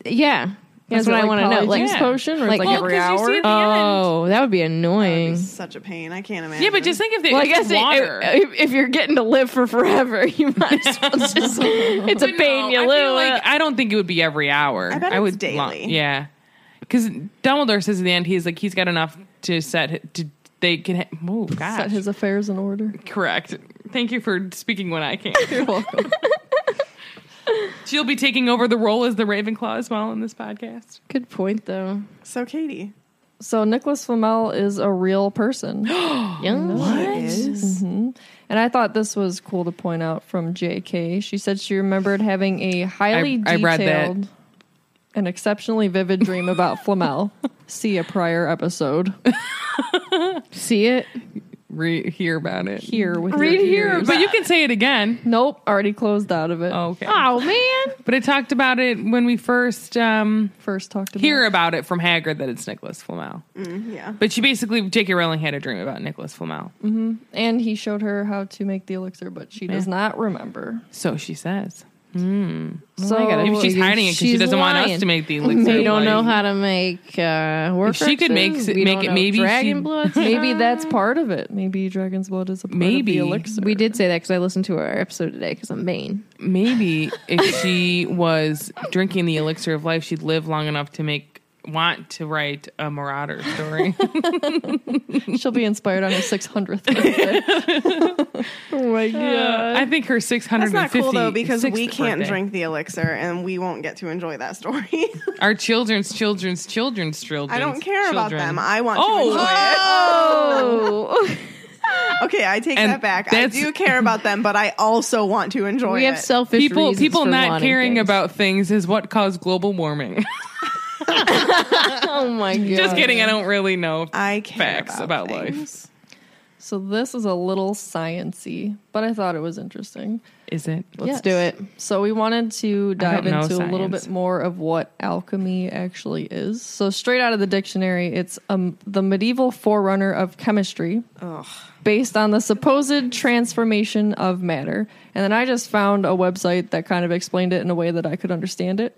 F: yeah. That's
E: Is it
F: what I
E: like
F: want to know. Like,
E: polyjuice
B: Yeah.
E: potion, or it's
F: Like-
E: like,
F: Well,
E: every
B: 'cause you
E: hour.
B: see at the end.
F: oh, that would be
D: That'd be
F: annoying.
D: such a pain. I can't imagine.
B: Mm-hmm. Yeah, but just think if they
F: Well, I
B: it's
F: guess it-
B: water.
F: if, if you're getting to live for forever, you might as well just. It's a
B: But
F: pain
B: no,
F: you
B: I
F: live.
B: feel like-
F: with.
B: I don't think it would be every hour.
D: I bet it's
B: would
D: daily.
B: want- yeah, because Dumbledore says at the end he's like he's got enough to set hi- to they can. ha- Oh gosh,
E: Set his affairs in order.
B: correct. Thank you for speaking when I can. You're welcome. [laughs] She'll be taking over the role as the Ravenclaw as well in this podcast.
F: Good point, though.
D: so, Katie.
E: So Nicholas Flamel is a real person, Mm-hmm.
D: Is
E: and I thought this was cool to point out from J.K. She said she remembered having a highly
B: I- I read that.
E: detailed, an exceptionally vivid dream about Flamel. [laughs] See a prior episode
F: See it?
B: Re- hear about it.
E: here with
F: Read
E: your
F: here
E: ears.
B: But you can say it again.
E: Nope, already closed out of it.
B: Okay.
F: Oh man,
B: But I talked about it when we first um,
E: First talked about
B: hear about it from Hagrid that it's Nicholas Flamel.
D: Mm, yeah.
B: But she basically, J.K. Rowling had a dream about Nicholas Flamel.
E: and he showed her how to make the elixir, but she does not remember.
B: So she says.
E: So
B: Oh Maybe she's hiding it because she
F: she's
B: doesn't want us
F: lying.
B: to make the elixir.
F: They don't
B: like-
F: know how to make uh, work.
B: she could make s- make it- maybe
F: dragon
B: she- [laughs]
E: [laughs]
F: blood.
E: Maybe that's part of it. Maybe dragon's blood is a part
B: Maybe.
E: of the elixir.
F: we did say that because I listened to our episode today because I'm vain.
B: Maybe if she was drinking the elixir of life, she'd live long enough to make want to write a marauder story.
E: She'll be inspired
B: [laughs]
E: on her 600th birthday. oh my god!
B: I think her six hundred.
D: That's not cool though because we can't drink the elixir and we won't get to enjoy that story. [laughs]
B: Our children's children's children's children.
D: I don't care about them. I want
B: Oh.
D: to enjoy
F: Oh,
D: it. [laughs] Okay, I take
B: And
D: that back. I
B: that's-
D: do care about them, but I also want to enjoy
F: we
D: it.
F: have selfish
B: people
F: reasons
B: people
F: for
B: not
F: wanting
B: caring
F: things.
B: about things is what caused global warming. [laughs]
F: Oh my god!
B: Just kidding. I don't really know.
D: I care
B: facts about,
D: things.
B: life.
E: So this is a little sciency, but I thought it was interesting.
B: Is it?
F: Let's
E: Yes.
F: do it.
E: So we wanted to dive
B: know
E: into a little
B: science.
E: bit more of what alchemy actually is. So straight out of the dictionary, it's um, the medieval forerunner of chemistry, based on the supposed transformation of matter. And then I just found a website that kind of explained it in a way that I could
B: [laughs]
E: understand it.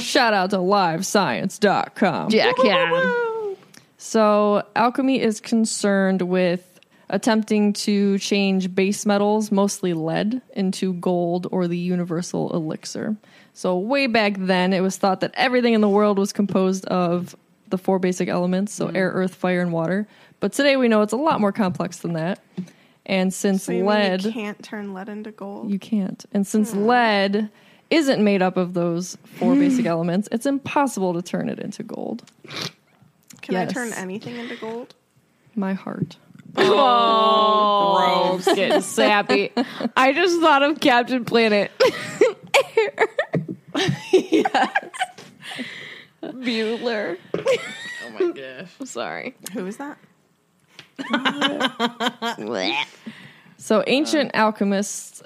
E: Shout out to livescience.com.
F: Yeah, yeah.
E: So, alchemy is concerned with attempting to change base metals, mostly lead, into gold or the universal elixir. So, way back then, it was thought that everything in the world was composed of the four basic elements so
D: Mm-hmm.
E: air, earth, fire, and water. But today we know it's a lot more complex than that. And since
D: So you mean
E: lead.
D: you can't Hmm. turn lead into gold.
E: You can't. And since lead isn't made up of those
D: [laughs]
E: four basic elements, it's impossible to turn it into gold.
D: Can I
E: yes.
D: turn anything into gold?
E: My heart.
F: [laughs] Oh, getting [laughs] sappy. I just thought of Captain Planet.
E: Bueller.
B: Oh my gosh.
F: I'm sorry.
D: Who is that?
E: So ancient
F: Um,
E: alchemists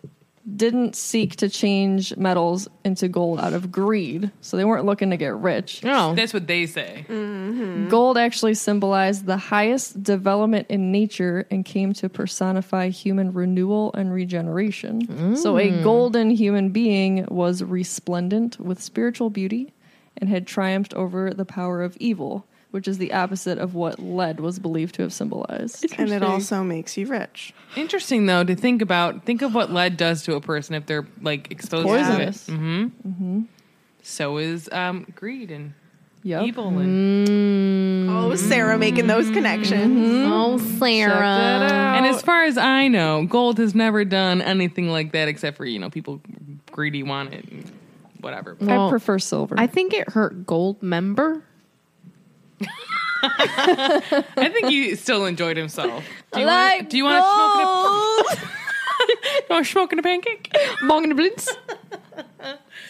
E: didn't seek to change metals into gold out of greed. So they weren't looking to get rich.
F: No.
B: Oh. That's what they say.
F: Mm-hmm.
E: Gold actually symbolized the highest development in nature and came to personify human renewal and regeneration. So,
F: Mm.
E: a golden human being was resplendent with spiritual beauty and had triumphed over the power of evil, which is the opposite of what lead was believed to have
F: [laughs]
E: symbolized.
D: And it also makes you rich.
B: Interesting though to think about. Think of what lead does to a person if they're like exposed to it. Mm-hmm.
E: Poisonous.
B: So is um, greed and
E: Yep.
B: evil
F: Mm.
B: and
D: Oh, Sarah making those
B: Mm-hmm.
D: connections.
F: Oh, Sarah.
B: and as far as I know, gold has never done anything like that except for you know people greedy want it, and whatever.
E: I
F: Well,
E: prefer silver.
F: I think it hurt Gold Member.
B: I think he still enjoyed himself. Do you
F: Like
B: want? Do you want to smoke? In a, [laughs] you want to smoke in a pancake?
F: Bong and a blitz.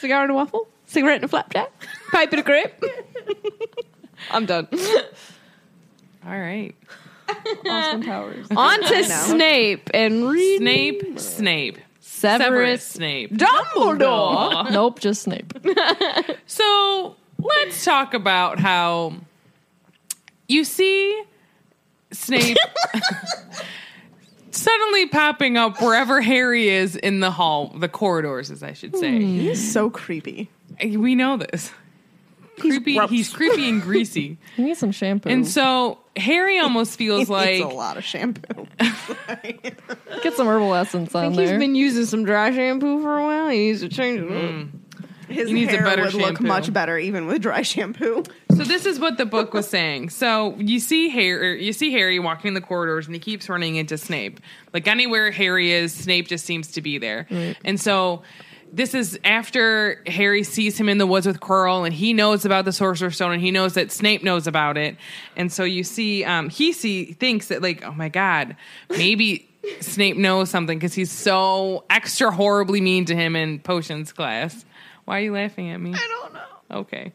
F: Cigar and a waffle. Cigarette and a flapjack. Pipe and a grip. I'm done.
B: All right.
F: [laughs]
E: Austin Powers.
F: On to Snape and read
B: Snape. Snape. Severus
F: Severus
B: Snape.
F: Dumbledore.
E: nope, just Snape.
B: So let's talk about how you see
F: [laughs]
B: Snape suddenly popping up wherever Harry is in the hall, the corridors, as I should say.
D: So creepy.
F: Hmm.
B: We know this. creepy, he's creepy and greasy,
E: You need some shampoo.
B: and so Harry
F: [laughs]
B: almost feels like
D: it's a lot of shampoo.
E: Get some herbal essence
F: I
E: on
F: think he's
E: there.
F: been using some dry shampoo for a while. He needs to change it. up.
B: [laughs]
D: His
B: He needs a
D: hair
B: better
D: would look
B: shampoo.
D: much better even with dry shampoo.
B: So this is what the book was saying. So you see Harry, you see Harry walking in the corridors, and he keeps running into Snape. Like anywhere Harry is, Snape just seems to be there. And so this is after Harry sees him in the woods with Quirrell, and he knows about the Sorcerer's Stone, and he knows that Snape knows about it. And so you see, um, he see thinks that like, oh my god, maybe. Snape knows something because he's so extra horribly mean to him in potions class. Why are you laughing at me? Okay.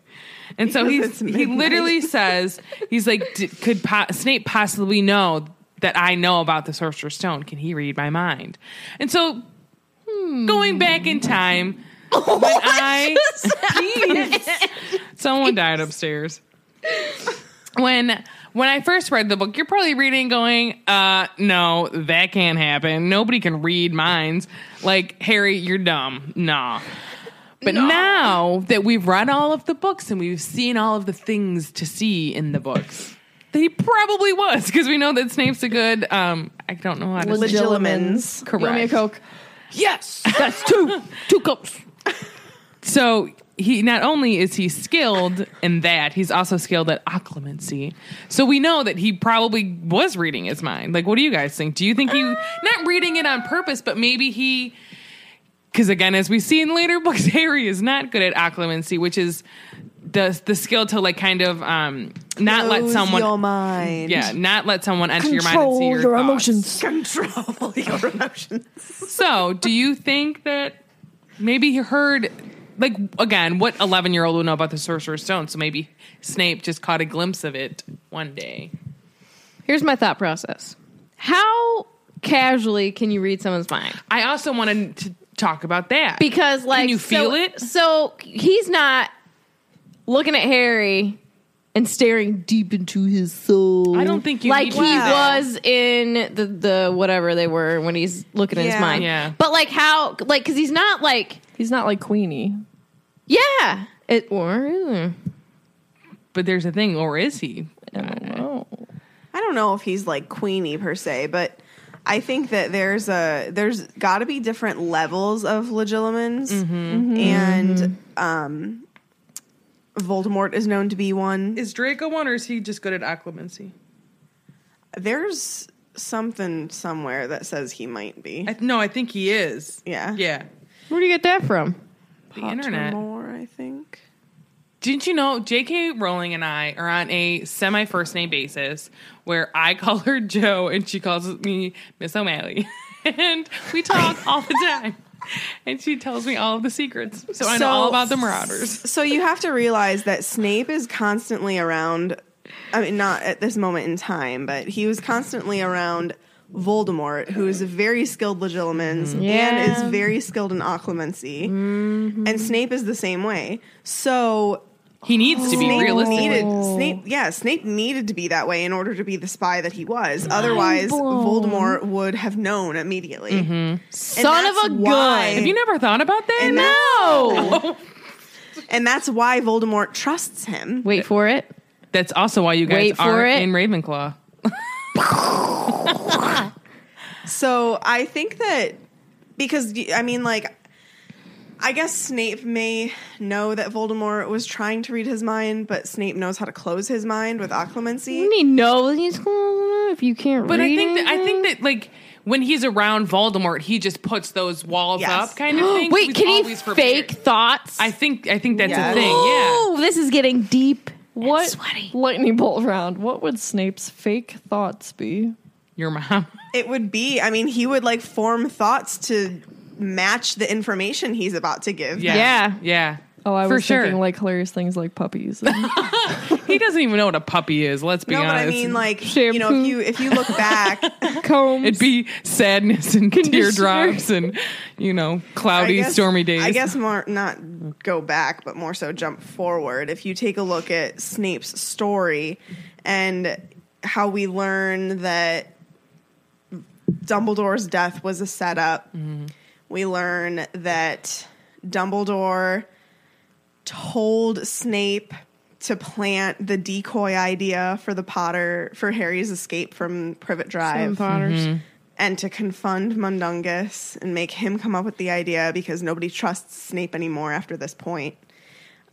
B: And so he's,
D: Because it's
B: he literally says, he's like, D- could po- Snape possibly know that I know about the Sorcerer's Stone? Can he read my mind? And so going back in time, when I. Jeez. Someone died upstairs. When. When I first read the book, you're probably reading going, uh, no, that can't happen. Nobody can read minds. Like, Harry, you're dumb. Nah. But now that we've read all of the books and we've seen all of the things to see in the books, that he probably was because we know that Snape's a good. Um, I don't know how to say
D: Legilimens.
E: You want me a
B: Correct.
E: Coke?
B: Yes, that's two two cups. So he not only is he skilled in that, he's also skilled at occlumency. So we know that he probably was reading his mind. Like, what do you guys think? Do you think he not reading it on purpose, but maybe he? Because again, as we see in later [laughs] books, Harry is not good at occlumency, which is the the skill to like kind of um not let
D: Close
B: someone
D: your mind.
B: yeah not let someone enter your mind and see your, thoughts.
D: Control your emotions.
B: So, do you think that maybe he heard, like, again, what 11 year old would know about the Sorcerer's Stone? So maybe Snape just caught a glimpse of it one day.
F: Here's my thought process. How casually can you read someone's mind?
B: I also wanted to talk about that.
F: Because like
B: you
F: so-
B: feel it?
F: So he's not looking at Harry and staring deep into his soul.
B: I don't think you
F: like
B: need
F: he
B: to do that.
F: was in the the whatever they were when he's looking in his
D: Yeah.
F: mind.
B: Yeah.
F: But like how like because he's not like
E: He's not like Queenie.
F: yeah. It, or
B: But there's a thing, or is he?
E: Oh.
D: I don't know if he's like Queenie per se, but I think that there's a there's got to be different levels of legilimens,
B: Mm-hmm.
D: Mm-hmm. and um, Voldemort is known to be one.
B: Is Draco one, or is he just good at occlumency?
D: There's something somewhere that says he might be.
B: I th- no, I think he is.
D: Yeah.
B: Yeah.
F: where do you get that from?
B: The internet.
D: Pottermore, I think.
B: Didn't you know J.K. Rowling and I are on a semi first name basis where I [laughs] call her Joe and she calls me Miss O'Malley. [laughs] and we
D: [laughs]
B: talk all the time. And she tells me all of the secrets. So I know
D: So-
B: all about the Marauders.
D: So you have to realize that Snape is constantly around. I mean, not at this moment in time, but he was constantly around Voldemort, who is a very skilled legilimens and is
F: Mm-hmm. Yeah. Mm-hmm.
D: very skilled in occlumency. And Snape is the same way. So
B: He needs to be
D: Snape
B: realistic.
D: needed Snape. Yeah, Snape needed to be that way in order to be the spy that he was. Otherwise, Voldemort would have known immediately.
B: Mm-hmm.
F: Son of
D: that's
F: a
D: why-
F: gun.
B: Have you never thought about that?
D: And that's-
B: no.
D: And that's why Voldemort trusts him.
F: Wait for it.
B: That's also why you guys
F: Wait for
B: are
F: it.
B: in Ravenclaw.
D: So I think that because y- I mean, like, I guess Snape may know that Voldemort was trying to read his mind, but Snape knows how to close his mind with occlumency.
F: You need to know he's if you can't
B: But
F: read.
B: I think that, I
F: anything.
B: think that like when he's around Voldemort, he just puts those walls
D: Yes.
B: up kind
F: [gasps]
B: of thing.
F: Wait,
B: He's
F: can he
B: always prepared.
F: fake thoughts?
B: I think I think that's a
D: Yes.
B: thing. Yeah.
F: Oh, this is getting deep.
E: What
F: sweaty.
E: lightning bolt round? What would Snape's fake thoughts be?
B: Your mom. [laughs]
D: It would be, I mean, he would like form thoughts to match the information he's about to give.
F: Yeah.
B: Yeah.
E: Oh, I
B: For
E: was
B: sure.
E: thinking like hilarious things like
F: [laughs]
E: puppies. And
B: He doesn't even know what a puppy is, let's be
D: No, but
B: honest.
D: I mean, like, you know, if you if you look back,
E: combs.
B: It'd be sadness and
E: Conditioner.
B: teardrops and, you know,
D: I
B: cloudy,
D: guess-
B: stormy days.
D: I guess more not go back, but more so jump forward. If you take a look at Snape's story and how we learn that Dumbledore's death was a setup,
B: Mm-hmm.
D: we learn that Dumbledore told Snape to plant the decoy idea for the Potter for Harry's escape from Privet Drive Mm-hmm. and to confund Mundungus and make him come up with the idea because nobody trusts Snape anymore after this point.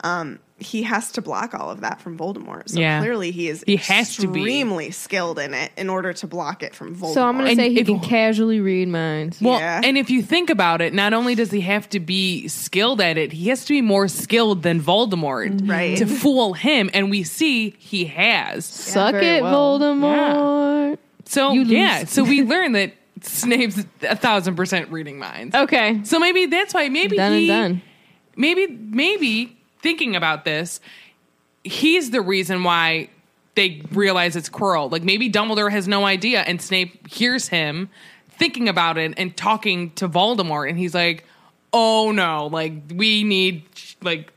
D: Um, he has to block all of that from Voldemort. So
B: Yeah.
D: clearly he is
B: He has to be.
D: extremely skilled in it in order to block it from Voldemort.
F: So I'm gonna say he
B: if-
F: can casually read minds.
B: well,
D: yeah.
B: and if you think about it, not only does he have to be skilled at it, he has to be more skilled than Voldemort
D: Right.
B: to fool him. And we see he has.
F: Suck
E: very
F: it,
E: well.
F: Voldemort.
B: So,
F: You
B: yeah.
F: lose.
B: So we learn that Snape's a thousand percent reading minds.
F: Okay,
B: So maybe that's why maybe
F: done
B: he,
F: and done.
B: maybe maybe thinking about this, he's the reason why they realize it's Quirrell. Like maybe Dumbledore has no idea, and Snape hears him thinking about it and talking to Voldemort, and he's like, "Oh no! Like we need like."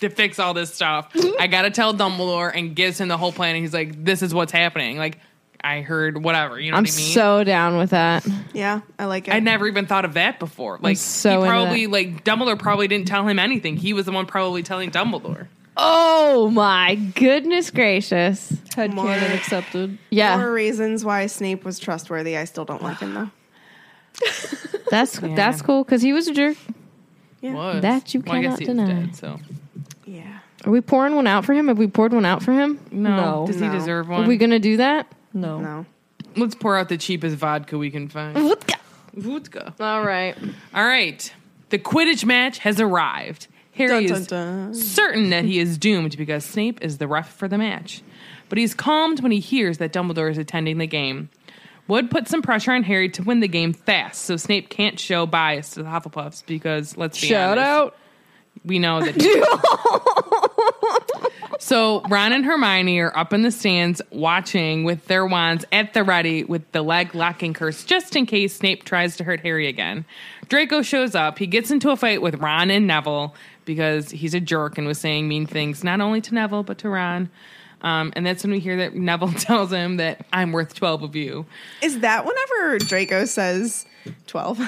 B: To fix all this stuff, I gotta tell Dumbledore and gives him the whole plan. And he's like, "This is what's happening." Like, I heard whatever. You know
F: I'm
B: what I mean?
F: so down with that.
D: Yeah, I like it.
B: I never even thought of that before. Like
F: so
B: he
F: into
B: probably
F: that.
B: like Dumbledore probably didn't tell him anything. He was the one probably telling Dumbledore.
F: Oh my goodness gracious.
E: Head
D: More.
E: canon accepted.
F: Yeah.
D: More reasons why Snape was trustworthy. I still don't like him
F: [sighs]
D: though.
F: That's that's cool cuz he was a jerk.
B: Was.
F: That you
B: I
F: cannot
B: guess he was
F: deny.
B: dead, so
D: Yeah.
F: Are we pouring one out for him? Have we poured one out for him?
E: No.
B: does
D: No.
B: he deserve
F: Are
B: one?
F: we going to do that?
E: No.
D: No.
B: Let's pour out the cheapest vodka we can find. Vodka.
F: All right.
B: All right. The Quidditch match has arrived. Harry is certain that he is doomed because Snape is the ref for the match. But he's calmed when he hears that Dumbledore is attending the game. Wood put some pressure on Harry to win the game fast, so Snape can't show bias to the Hufflepuffs because let's be
E: Shout
B: honest,
E: out.
B: we know that. so Ron and Hermione are up in the stands watching with their wands at the ready with the leg locking curse just in case Snape tries to hurt Harry again. Draco shows up. He gets into a fight with Ron and Neville because he's a jerk and was saying mean things not only to Neville but to Ron. Um, and that's when we hear that Neville [laughs] tells him that I'm worth 12 of you.
D: Is that whenever Draco says
B: [laughs]
D: 12?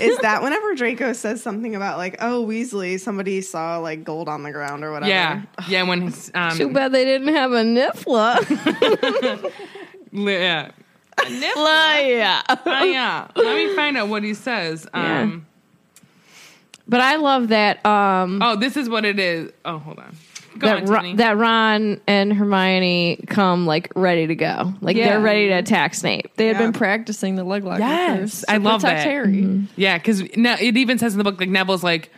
D: Is that whenever Draco says something about like, oh, Weasley, somebody saw like gold on the ground or whatever?
B: Yeah. Yeah. When
F: [sighs]
B: he's, um,
F: Too bad they didn't have a Nifla.
B: li-
F: [laughs]
B: yeah.
F: yeah.
B: Oh, yeah. Let me find out what he says. Um,
F: But I love that um
B: Oh, this is what it is. Oh, hold on. Go
F: that,
B: on,
F: Ron,
B: Tiffany.
F: that Ron and Hermione come like ready to go. Like
E: Yeah.
F: they're ready to attack Snape.
E: They had
D: Yeah.
E: been practicing the leg lock.
B: Yes, I love
E: protect
B: that.
E: Harry.
F: Mm-hmm.
B: yeah, because no, it even says in the book like Neville's like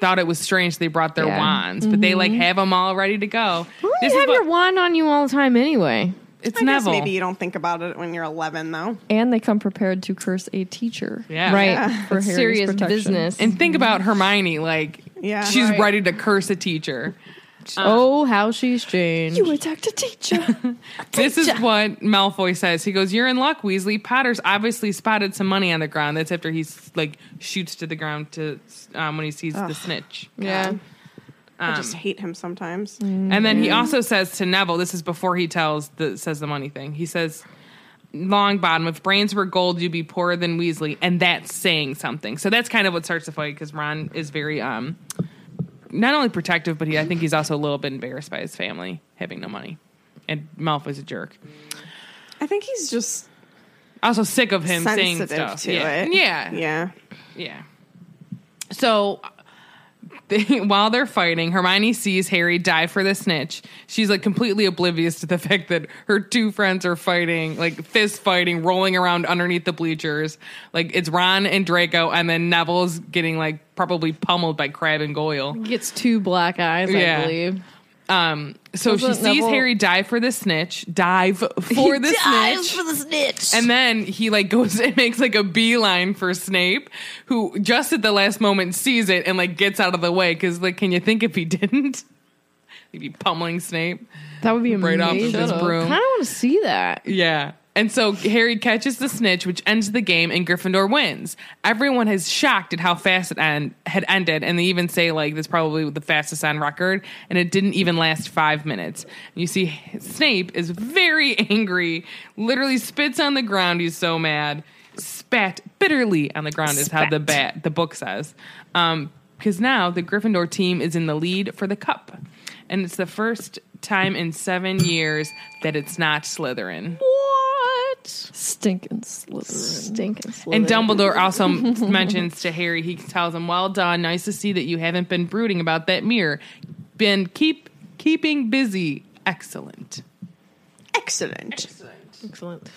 B: thought it was strange they brought their
F: Yeah. Mm-hmm.
B: wands, but they like have them all ready to go.
F: You
B: This is
F: have your
B: what,
F: wand on you all the time anyway.
B: it's
D: I guess
B: Neville.
D: maybe you don't think about it when you're 11 though.
E: And they come prepared to curse a teacher.
B: yeah,
F: Right.
E: For
F: That's
E: Harry's
F: serious
E: protection.
F: business.
B: And think about Hermione, like
D: Yeah.
B: she's
D: Right.
B: ready to curse a teacher. Uh-huh.
F: oh, how she's changed.
E: You attacked a teacher.
B: This is what Malfoy says. He goes, "You're in luck, Weasley. Potter's obviously spotted some money on the ground." That's after he like shoots to the ground to um, when he sees the snitch.
F: yeah.
D: I
B: Um,
D: just hate him sometimes.
B: And then he
D: Mm-hmm.
B: also says to Neville, this is before he tells the says the money thing. He says, Longbottom, if brains were gold, you'd be poorer than Weasley, and that's saying something. So that's kind of what starts the fight because Ron is very um not only protective, but he I think he's also a little bit embarrassed by his family having no money. And Malfoy's a jerk.
D: I think he's just
B: Also sick of him saying
D: sensitive
B: stuff.
D: to
B: yeah.
D: it.
B: Yeah.
D: Yeah.
B: Yeah. So they, [laughs] while they're fighting, Hermione sees Harry die for the snitch. She's like completely oblivious to the [laughs] fact that her two friends are fighting, like fist fighting, rolling around underneath the bleachers. Like it's Ron and Draco, and then Neville's getting like probably pummeled by Crab and Goyle.
F: Gets two black eyes,
B: Yeah.
F: I believe.
B: Um, so she
E: Doesn't
B: sees
E: Neville-
B: Harry die for the snitch, dive for the snitch, and then he like goes [laughs] and makes like a beeline for Snape, who just at the last moment sees it and like gets out of the way because like, can you think if he [laughs] didn't, he'd be pummeling Snape
F: That would be
B: right
F: amazing.
B: off of his broom.
F: kind of want to see that.
B: Yeah. And so Harry catches the snitch, which ends the game, and Gryffindor wins. Everyone is shocked at how fast it end, had ended, and they even say, like, this probably the fastest on record, and it didn't even last five minutes. And you see, Snape is very [laughs] angry, literally spits on the ground. He's so mad. Spat bitterly on the ground is how the, bat, the book says. Um, because now the Gryffindor team is in the lead for the cup. And it's the first time in seven years that it's not Slytherin.
F: What?
E: Stinking Slytherin.
F: Stinking
B: And
F: Slytherin.
B: Dumbledore also m- mentions to Harry, he tells him, Well done, nice to see that you haven't been brooding about that mirror. Been keep keeping busy. Excellent.
D: Excellent.
F: Excellent.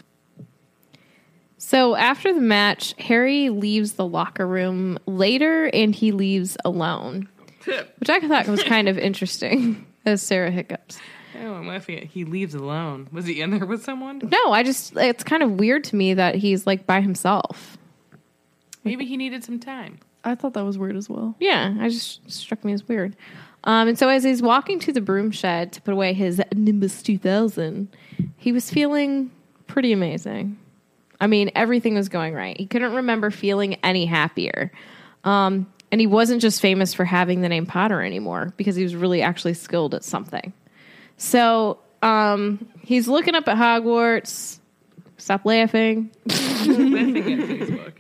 F: So after the match, Harry leaves the locker room later and he leaves alone, which I thought was kind of interesting [laughs] as Sarah hiccups.
B: Oh, I'm laughing at he leaves alone. Was he in there with someone?
F: No, I just, it's kind of weird to me that he's like by himself.
B: Maybe he needed some time.
E: I thought that was weird as well.
F: Yeah, I just struck me as weird. Um, and so as he's walking to the broom shed to put away his Nimbus 2000, he was feeling pretty amazing. I mean, everything was going right. He couldn't remember feeling any happier. Um, and he wasn't just famous for having the name Potter anymore because he was really actually skilled at something. So um, he's looking up at Hogwarts. Stop laughing.
B: Laughing at Facebook.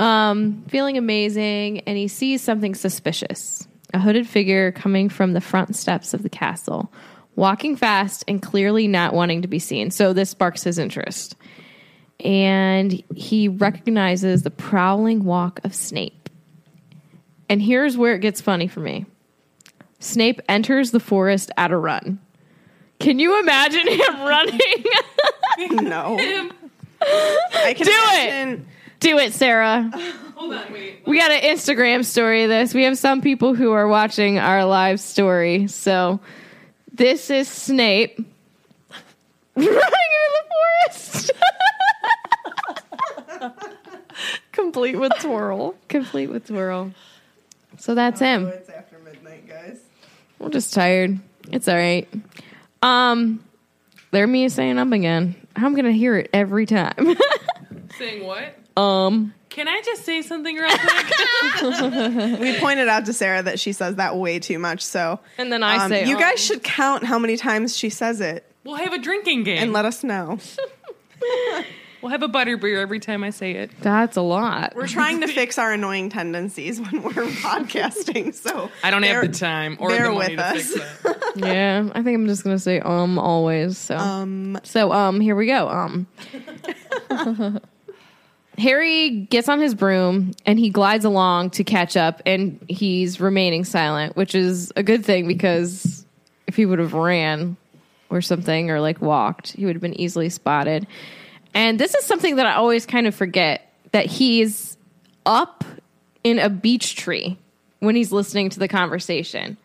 F: Um, feeling amazing, and he sees something suspicious a hooded figure coming from the front steps of the castle, walking fast and clearly not wanting to be seen. So, this sparks his interest. And he recognizes the prowling walk of Snape. And here's where it gets funny for me Snape enters the forest at a run. Can you imagine [laughs] him running?
B: [laughs]
D: No. I can
F: Do it.
D: imagine
F: Do it, Sarah.
B: Hold on, wait.
F: We got an Instagram story of this. We have some people who are watching our live story. So this is Snape [laughs] running in the forest, [laughs]
E: Complete with twirl.
F: complete with twirl. So that's him.
D: Oh, It's after midnight, guys.
F: We're just tired. It's all right. Um, there me is saying um again. I'm gonna hear it every time. [laughs]
B: Saying what?
F: um,
B: Can I just say something real [laughs] quick?
D: We pointed out to Sarah that she says that way too much. So
F: and then I
D: um,
F: say
D: you
F: um.
D: guys should count how many times she says it
B: we'll have a drinking game.
D: and let us know.
B: we'll have a butter beer every time I say it.
F: That's a lot.
D: We're trying to
F: [laughs]
D: fix our annoying tendencies when we're podcasting. So
B: I don't have
D: bear-
B: the time or
D: bear
B: the money
D: with
B: to
D: us.
B: fix
D: [laughs]
B: that.
F: yeah, I think I'm just gonna say um always. So
D: Um,
F: So um here we go. Um Harry gets on his broom and he glides along to catch up and he's remaining silent, which is a good thing because if he would have ran or something or like walked, he would have been easily spotted. And this is something that I always kind of forget that he's up in a beech tree when he's listening to the conversation.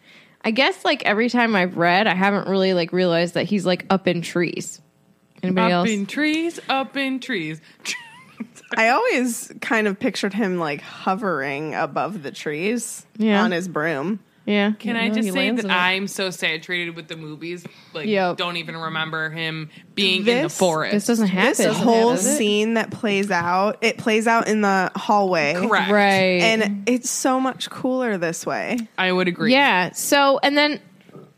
F: I guess like every time I've read, I haven't really like realized that he's like up in trees. Anybody
B: Up
F: else?
B: in trees, up in trees. [laughs]
D: I always kind of pictured him like hovering above the trees
F: Yeah.
D: on his broom.
F: yeah.
B: Can I
E: No, he
B: just say
E: lands
B: that
E: in it.
B: I'm so saturated with the movies? Like,
F: Yep.
B: don't even remember him being in the
D: This-
B: forest.
F: This doesn't happen.
D: This whole
F: does it?
D: scene that plays out, it plays out in the hallway.
B: Correct.
F: Right.
D: And it's so much cooler this way.
B: I would agree.
F: yeah. So and then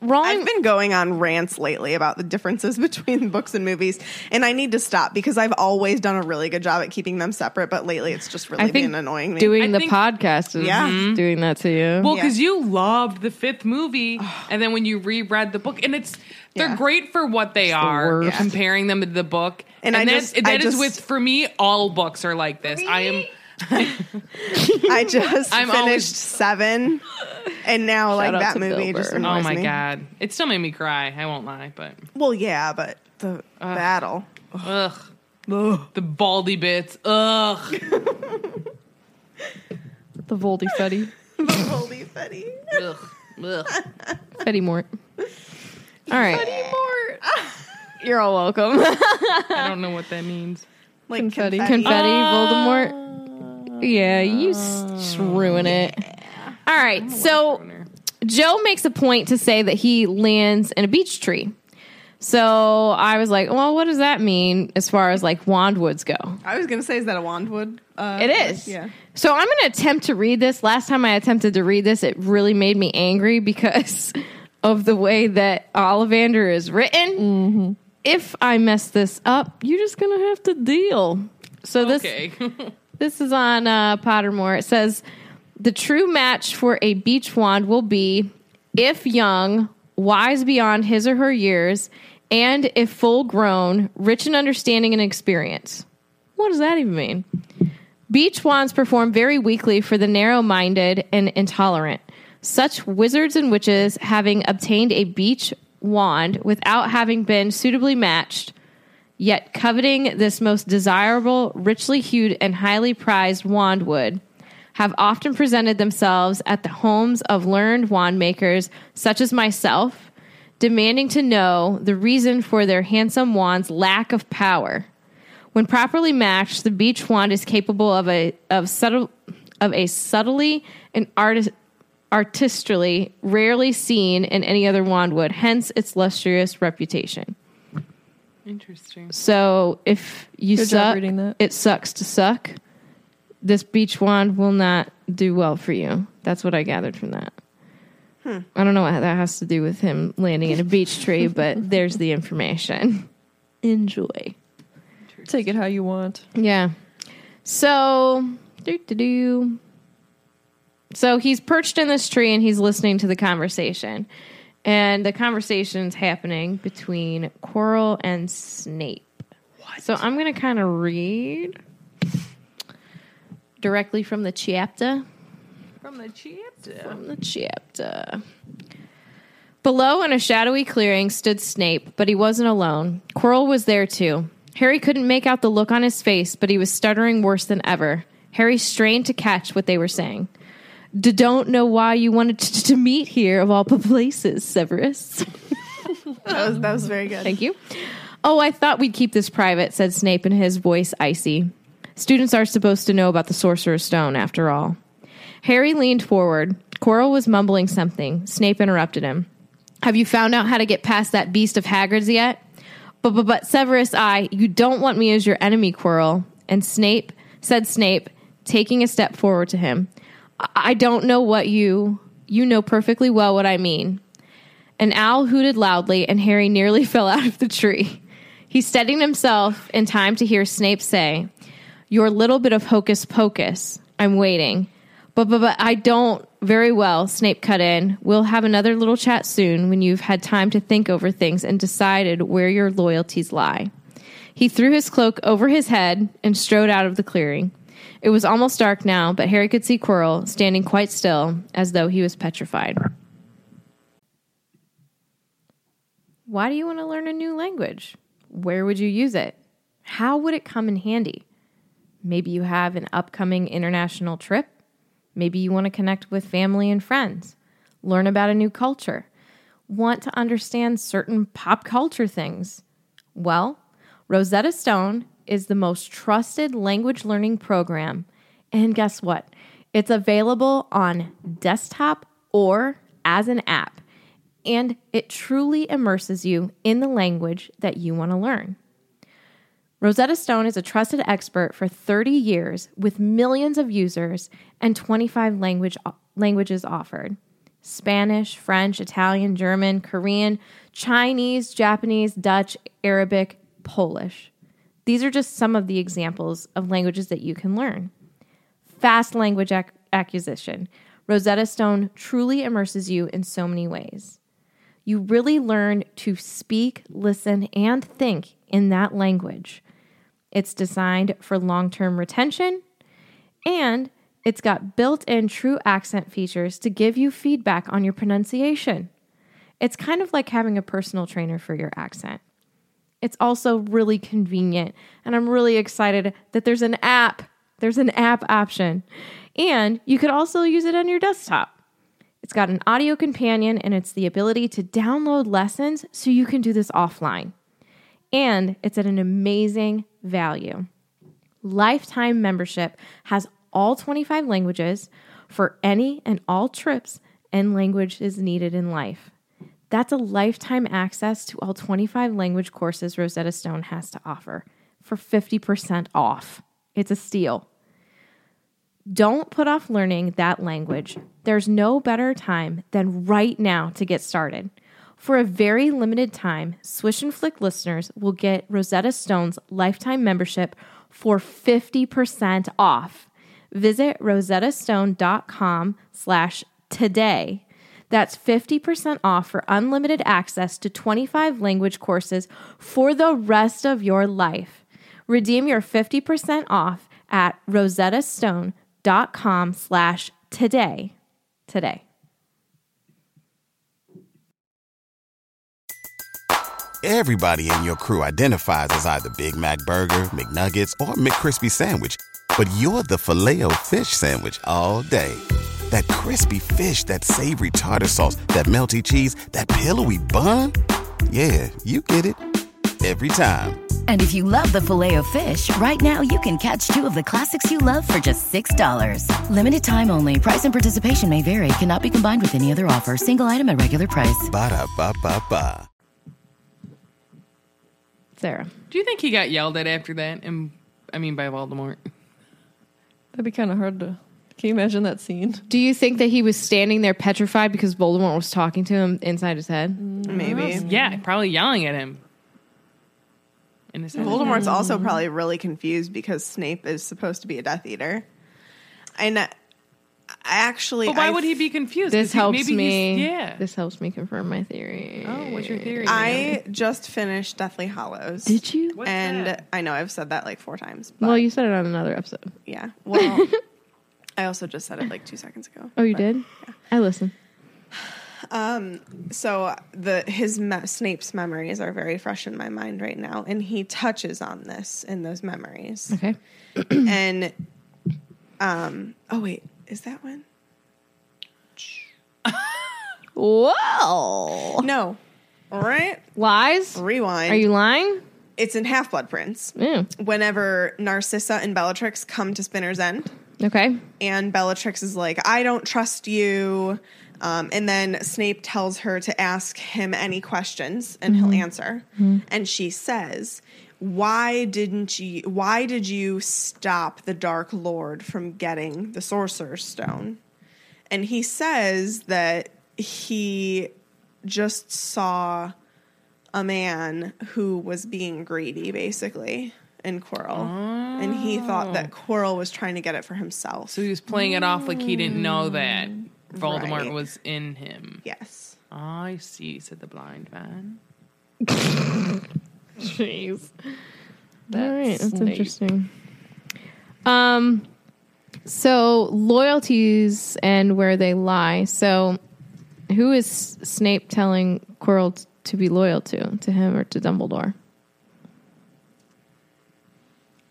F: Rowling
D: I've been going on rants lately about the differences [laughs] between books and movies, and I need to stop because I've always done a really good job at keeping them separate. But lately, it's just really
F: I think
D: been annoying me.
F: doing
B: I
F: the
B: think-
F: podcast is
D: Yeah. Mhm.
F: doing that to you.
B: Well,
D: Yeah.
B: because you loved the fifth
F: [sighs]
B: movie, and then when you reread the book, and it's they're
D: Yeah.
B: great for what they are.
F: worst.
B: Comparing them to the book,
D: And I
B: that-
D: just-
B: that
D: I
B: is
D: just-
B: with for me, all books are like this. I am
D: I just
B: I'm
D: finished
B: always-
D: seven, and now like
F: out
D: that
F: to Bill
D: movie just
F: Burr.
D: annoys
B: oh my
D: me.
B: god, it still made me cry. I won't lie,
F: [sighs]
B: but
D: Well, yeah, but the battle.
B: ugh, the baldy bits, ugh,
E: The Voldy Fetty.
D: Holy fetty.
B: ugh, ugh.
F: Betty Mort. [laughs] All right.
D: [laughs] Ah,
F: You're all
B: [laughs]
F: welcome.
B: I don't know what that means.
D: Like
E: Confetti.
D: confetti.
F: Confetti, Voldemort. [laughs] Yeah, you s- just ruin it. All right. So Joe makes a point to say that he lands in a beech tree. So I was like, well, what does that mean as far as like wandwoods go?
D: I was gonna say, is that a wandwood? Uh,
F: It is.
D: Yeah.
F: So I'm going to attempt to read this. Last time I attempted to read this, it really made me angry because [laughs] of the way that Ollivander is written. If I mess this up, you're just going to have to deal. So this
B: Okay,
F: this is on uh, Pottermore. It says the true match for a beach wand will be if young, wise beyond his or her years, and if full grown, rich in understanding and experience. What does that even mean? Beach wands perform very weakly for the narrow minded and intolerant. Such wizards and witches, having obtained a beach wand without having been suitably matched, yet coveting this most desirable, richly hued, and highly prized wandwood, have often presented themselves at the homes of learned wand makers such as myself, demanding to know the reason for their handsome wand's lack of power. When properly matched, the beach wand is capable of a of subtle of a subtly and artis- artistically rarely seen in any other wand would, hence its lustrous reputation.
B: [laughs] interesting.
F: So if you
E: Good job
F: suck,
E: reading that.
F: it sucks to suck. This beach wand will not do well for you. That's what I gathered from that. I don't know what that has to do with him
E: [laughs]
F: landing in a beech tree, but there's the information. Enjoy.
E: Take it how you want.
F: Yeah. So, doo-doo-doo. so he's perched in this tree and he's listening to the conversation. And the conversation's happening between Quirrell and Snape. So I'm going to kind of read directly from the chapter.
B: From the chapter.
F: From the chapter. Below in a shadowy clearing stood Snape, but he wasn't alone. Quirrell was there too. Harry couldn't make out the look on his face, but he was stuttering worse than ever. Harry strained to catch what they were saying. D- don't know why you wanted t- to meet here of all places, Severus.
D: That was, that was very good.
F: Thank you. Oh, I thought we'd keep this private, said Snape in his voice icy. Students are supposed to know about the Sorcerer's Stone, after all. Harry leaned forward. Quirrell was mumbling something. Snape interrupted him. Have you found out how to get past that beast of Hagrid's yet? But, but, but, Severus, I, you don't want me as your enemy, Quirrell. And Snape, said Snape, taking a step forward to him. I, I don't know what you, you know perfectly well what I mean. An owl hooted loudly, and Harry nearly [laughs] fell out of the tree. He steadied himself in time to hear Snape say, Your little bit of hocus pocus. I'm waiting. But, but, but, I don't very well, Snape cut in. We'll have another little chat soon when you've had time to think over things and decided where your loyalties lie. He threw his cloak over his head and strode out of the clearing. It was almost dark now, but Harry could see Quirrell standing quite still as though he was petrified. Why do you want to learn a new language? Where would you use it? How would it come in handy? Maybe you have an upcoming international trip. Maybe you want to connect with family and friends, learn about a new culture, want to understand certain pop culture things. Well, Rosetta Stone is the most trusted language learning program. And guess what? It's available on desktop or as an app and it truly immerses you in the language that you want to learn. Rosetta Stone is a trusted expert for 30 years with millions of users and 25 language, languages offered Spanish, French, Italian, German, Korean, Chinese, Japanese, Dutch, Arabic, Polish. These are just some of the examples of languages that you can learn. Fast language ac- acquisition. Rosetta Stone truly immerses you in so many ways. You really learn to speak, listen, and think in that language. It's designed for long term retention and it's got built in true accent features to give you feedback on your pronunciation. It's kind of like having a personal trainer for your accent. It's also really convenient, and I'm really excited that there's an app. There's an app option. And you could also use it on your desktop. It's got an audio companion and it's the ability to download lessons so you can do this offline. And it's at an amazing value. Lifetime membership has all 25 languages for any and all trips and languages needed in life. That's a lifetime access to all 25 language courses Rosetta Stone has to offer for 50% off. It's a steal. Don't put off learning that language. There's no better time than right now to get started. For a very limited time, Swish and Flick listeners will get Rosetta Stone's lifetime membership for 50% off. Visit rosettastone.com slash today. That's 50% off for unlimited access to 25 language courses for the rest of your life. Redeem your 50% off at rosettastone.com dot com slash today today
G: Everybody in your crew identifies as either Big Mac Burger, McNuggets, or McCrispy Sandwich, but you're the filet fish Sandwich all day. That crispy fish, that savory tartar sauce, that melty cheese, that pillowy bun. Yeah, you get it. Every time.
H: And if you love the filet of fish, right now you can catch two of the classics you love for just $6. Limited time only. Price and participation may vary. Cannot be combined with any other offer. Single item at regular price.
G: Ba-da-ba-ba-ba.
F: Sarah.
B: Do you think he got yelled at after that? And I mean by Voldemort.
E: That'd be kind of hard to. Can you imagine that scene?
F: Do you think that he was standing there petrified because Voldemort was talking to him inside his head?
B: Mm-hmm.
D: Maybe.
B: Yeah, probably yelling at him. in his head.
F: Mm.
D: Voldemort's also probably really confused because Snape is supposed to be a Death Eater, and uh, I actually,
B: But why
D: I
B: would he be confused?
F: This
B: 'Cause he-
F: helps
B: maybe he's-
F: me.
B: Yeah.
F: This helps me confirm my theory.
B: oh, what's your theory?
D: I just finished Deathly Hollows.
F: Did you?
B: What's
D: and
B: that?
D: I know I've said that like four times. But
F: Well, Oh, you said it on another episode.
D: yeah.
F: [laughs]
D: Well, I also just said it like two seconds ago.
F: Oh, you did? I listen.
D: So the his me- Snape's memories are very fresh in my mind right now, and he touches on this in those memories.
F: Okay.
D: [clears throat] and um, oh wait, is that when?
F: Whoa.
D: No, All right.
F: Lies?
D: Rewind.
F: Are you lying?
D: it's in Half Blood Prince.
F: Yeah.
D: Whenever Narcissa and Bellatrix come to Spinner's End,
F: Okay.
D: and Bellatrix is like, I don't trust you. Um, and then Snape tells her to ask him any questions and he'll answer. And she says, Why didn't you why did you stop the Dark Lord from getting the Sorcerer's Stone? And he says that he just saw a man who was being greedy, basically, in Quirrell. And he thought that Quirrell was trying to get it for himself.
B: So he was playing it off like he didn't know that Voldemort
D: Right.
B: was in him.
D: yes.
B: I see, said the blind man.
F: Jeez. All right, that's
E: Snape.
F: interesting. Um, so loyalties and where they lie. So, who is Snape telling Quirrell t- to be loyal to, to him or to Dumbledore?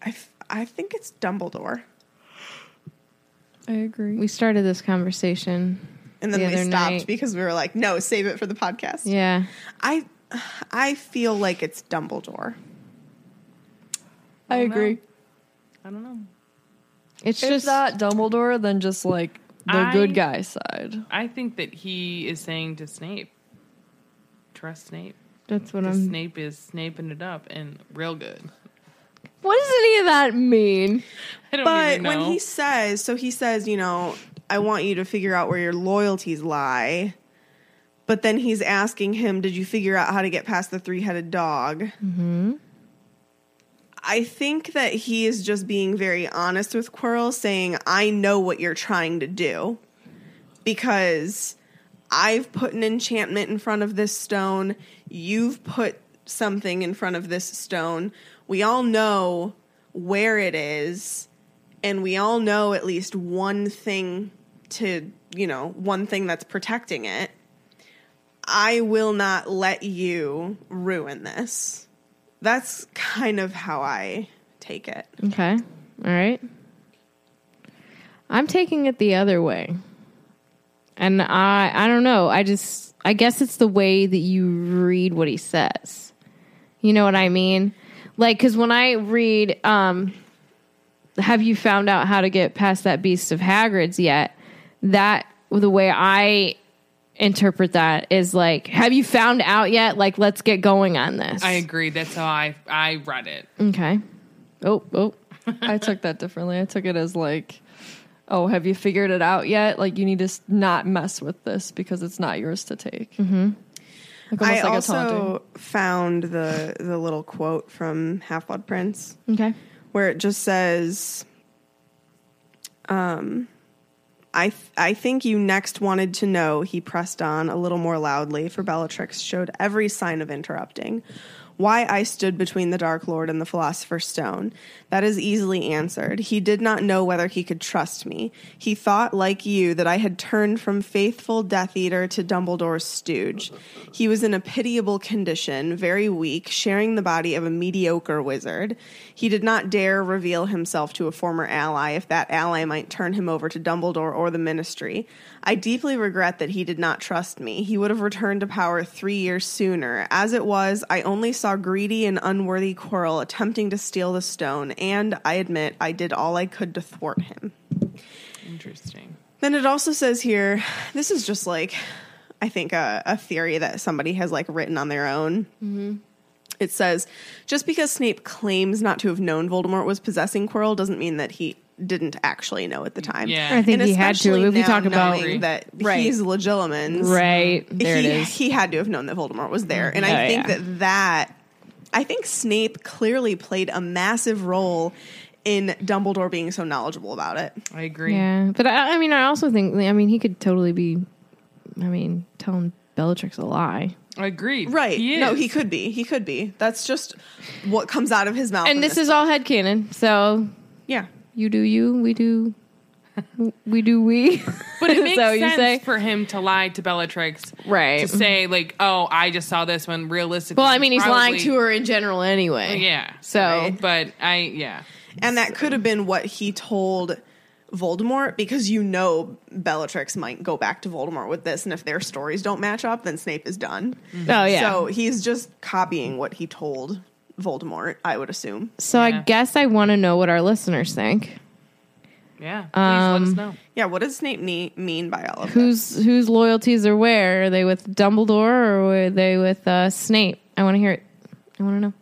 D: I, f- I think it's Dumbledore.
E: I agree.
F: We started this conversation.
D: And then
F: The
D: we
F: other
D: stopped
F: night.
D: because we were like, no, save it for the podcast.
F: Yeah,
D: I I feel like it's Dumbledore.
E: I agree.
B: I don't know.
F: it's
E: If
F: just
E: not Dumbledore, then just like the
B: I-
E: good guy side.
B: I think that he is saying to Snape, trust Snape.
F: that's what
B: 'Cause
F: I'm.
B: Snape is snaping it up and real good.
F: What does any of that mean?
B: I don't
D: But
B: even know.
D: when he says, so he says, you know, I want you to figure out where your loyalties lie. But then he's asking him, did you figure out how to get past the three headed dog? Mm-hmm. I think that he is just being very honest with Quirrell, saying, I know what you're trying to do because I've put an enchantment in front of this stone. You've put something in front of this stone. We all know where it is, and we all know at least one thing to, you know, one thing that's protecting it. I will not let you ruin this. That's kind of how I take it.
F: Okay. All right. I'm taking it the other way. And I I don't know. I just I guess it's the way that you read what he says. You know what I mean? Like cuz when I read um have you found out how to get past that beast of Hagrid's yet? That the way I interpret that is like have you found out yet? Like let's get going on this.
B: I agree. That's how I I read it.
F: okay. Oh, oh.
E: [laughs] I took that differently. I took it as like, oh, have you figured it out yet? Like you need to s- not mess with this because it's not yours to take. Mm-hmm. Like almost
D: I
E: like a taunting.
D: also found the the little quote from Half Blood Prince
F: Okay.
D: where it just says, um, I, th- I think you next wanted to know, he pressed on a little more loudly, for Bellatrix showed every sign of interrupting. Why I stood between the Dark Lord and the Philosopher's Stone. That is easily answered. He did not know whether he could trust me. He thought, like you, that I had turned from faithful Death Eater to Dumbledore's stooge. He was in a pitiable condition, very weak, sharing the body of a mediocre wizard. He did not dare reveal himself to a former ally if that ally might turn him over to Dumbledore or the ministry. I deeply regret that he did not trust me. He would have returned to power three years sooner. As it was, I only saw greedy and unworthy Quirrell attempting to steal the stone, and I admit I did all I could to thwart him.
B: Interesting.
D: Then it also says here, this is just like, I think a, a theory that somebody has like written on their own.
F: Mm-hmm.
D: It says, just because Snape claims not to have known Voldemort was possessing Quirrell doesn't mean that he didn't actually know at the time.
B: Yeah.
F: I think
D: And
F: he had to.
D: especially
F: If we
D: now
F: talk about
D: knowing that
F: Right.
D: he's legilimens,
F: Right. There
D: he,
F: it is.
D: He had to have known that Voldemort was there, and
F: Oh,
D: I think
F: yeah.
D: that that I think Snape clearly played a massive role in Dumbledore being so knowledgeable about it.
B: I agree.
F: Yeah, but I, I mean, I also think I mean he could totally be, I mean, telling Bellatrix a lie.
B: I agree.
D: Right.
B: He is.
D: No, he could be. He could be. That's just what comes out of his mouth. in
F: And this is all headcanon, so
D: yeah.
F: you do you, we do, we do we.
B: But
D: [laughs]
B: it
F: Is
B: makes
F: that what you
B: sense
F: say?
B: for him to lie to Bellatrix,
F: [laughs] Right.
B: To say like, "Oh, I just saw this when realistically."
F: well, I mean, he's lying
B: probably-
F: to her in general anyway.
B: Yeah.
F: So
B: but I yeah.
D: And that could have been what he told Voldemort because you know Bellatrix might go back to Voldemort with this and if their stories don't match up then Snape is done.
F: oh yeah.
D: So he's just copying what he told Voldemort, I would assume.
F: So I guess I want to know what our listeners think.
B: Yeah. Please let
F: Um,
B: us know.
D: Yeah, what does Snape nee- mean by all of this?
F: Whose whose loyalties are where? Are they with Dumbledore or were they with uh, Snape? I want to hear it. I want to know.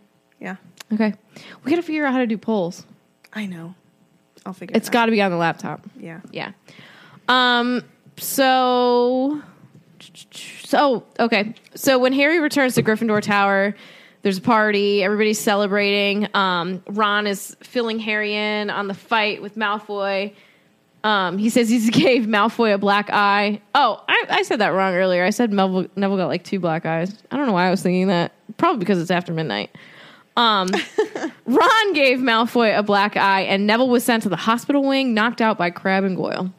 D: Yeah.
F: Okay, we got to figure out how to do polls.
D: I know. I'll figure
F: It's
D: it
F: got to be on the laptop.
D: out. Yeah.
F: Yeah. Um. So. So okay. So when Harry returns to Gryffindor Tower, there's a party. Everybody's celebrating. Um. Ron is filling Harry in on the fight with Malfoy. Um. He says he's [laughs] gave Malfoy a black eye. Oh, I, I said that wrong earlier. I said Melville, Neville got like two black eyes. I don't know why I was thinking that. Probably because it's after midnight. Ron gave Malfoy a black eye, and Neville was sent to the hospital wing, knocked out by Crab and Goyle.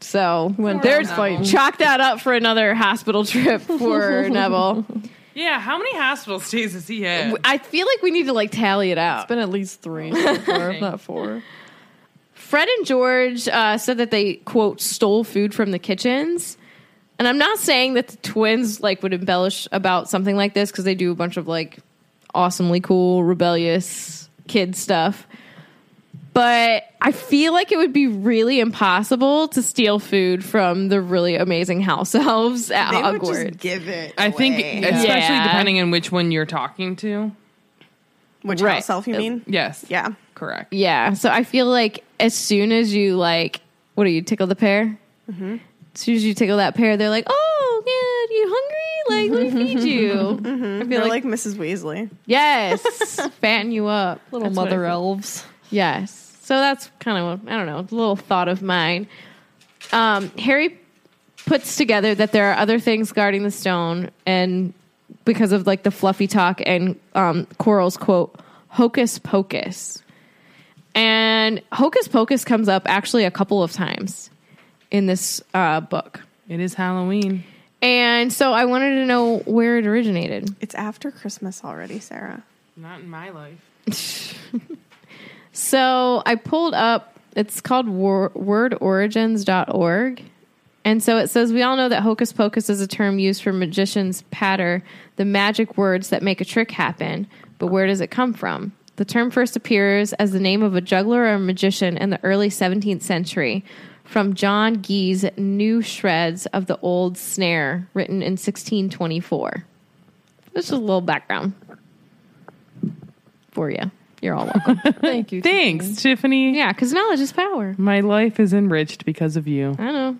F: So when there's
B: Neville.
F: chalk that up for another hospital trip for Neville.
B: Yeah, how many hospital stays has he had?
F: I feel like we need to like tally it out.
E: Been at least
F: [laughs]
E: three, so far, if not four.
F: Fred and George uh, said that they quote stole food from the kitchens, and I'm not saying that the twins like would embellish about something like this because they do a bunch of like awesomely cool rebellious kid stuff. But I feel like it would be really impossible to steal food from the really amazing house [laughs] elves at
D: They would
F: Hogwarts.
D: just give it.
B: I think
D: away.
B: especially
F: Yeah.
B: depending on which one you're talking to.
D: which
F: right.
D: house elf you mean?
B: Yes.
D: Yeah.
B: Correct.
F: Yeah. So I feel like as soon as you like, what do you tickle the pear? As soon as you tickle that pear, they're like, "Oh, yeah, you hungry? Like, let me feed you." I feel
D: They're like
F: like,
D: Mrs. Weasley.
F: yes, fatten you up,
E: Little
F: That's what I
E: mother
F: feel.
E: elves.
F: Yes. So that's kind of I don't know, a little thought of mine. Um, Harry puts together that there are other things guarding the stone, and because of like the fluffy talk and um, Coral's quote, "hocus pocus," and "hocus pocus" comes up actually a couple of times in this uh, book.
B: It is Halloween.
F: And so I wanted to know where it originated.
D: It's after Christmas already, Sarah.
B: Not in my life.
F: So I pulled up, it's called wor- wordorigins.org. And so it says, we all know that hocus pocus is a term used for magicians patter the magic words that make a trick happen. But where does it come from? The term first appears as the name of a juggler or magician in the early 17th century from John Guy's New Shreds of the Old Snare, written in 1624. This is a little background for you. You're all welcome.
E: [laughs] Thank you.
B: Thanks, Tiffany.
F: yeah, because knowledge is power.
B: My life is enriched because of you.
F: I know.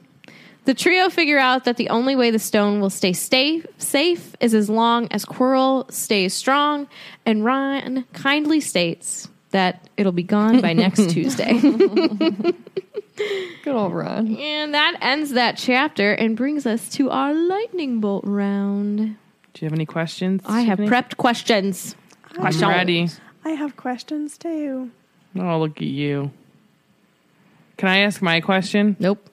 F: The trio figure out that the only way the stone will stay safe, safe is as long as Quirrell stays strong, and Ron kindly states that it'll be gone by [laughs] next Tuesday.
E: Good old Ron.
F: And that ends that chapter and brings us to our lightning bolt round.
B: Do you have any questions?
F: I have
B: Tiffany?
F: prepped questions.
B: I'm ready.
D: I have questions too.
B: Oh, look at you. Can I ask my question?
F: Nope.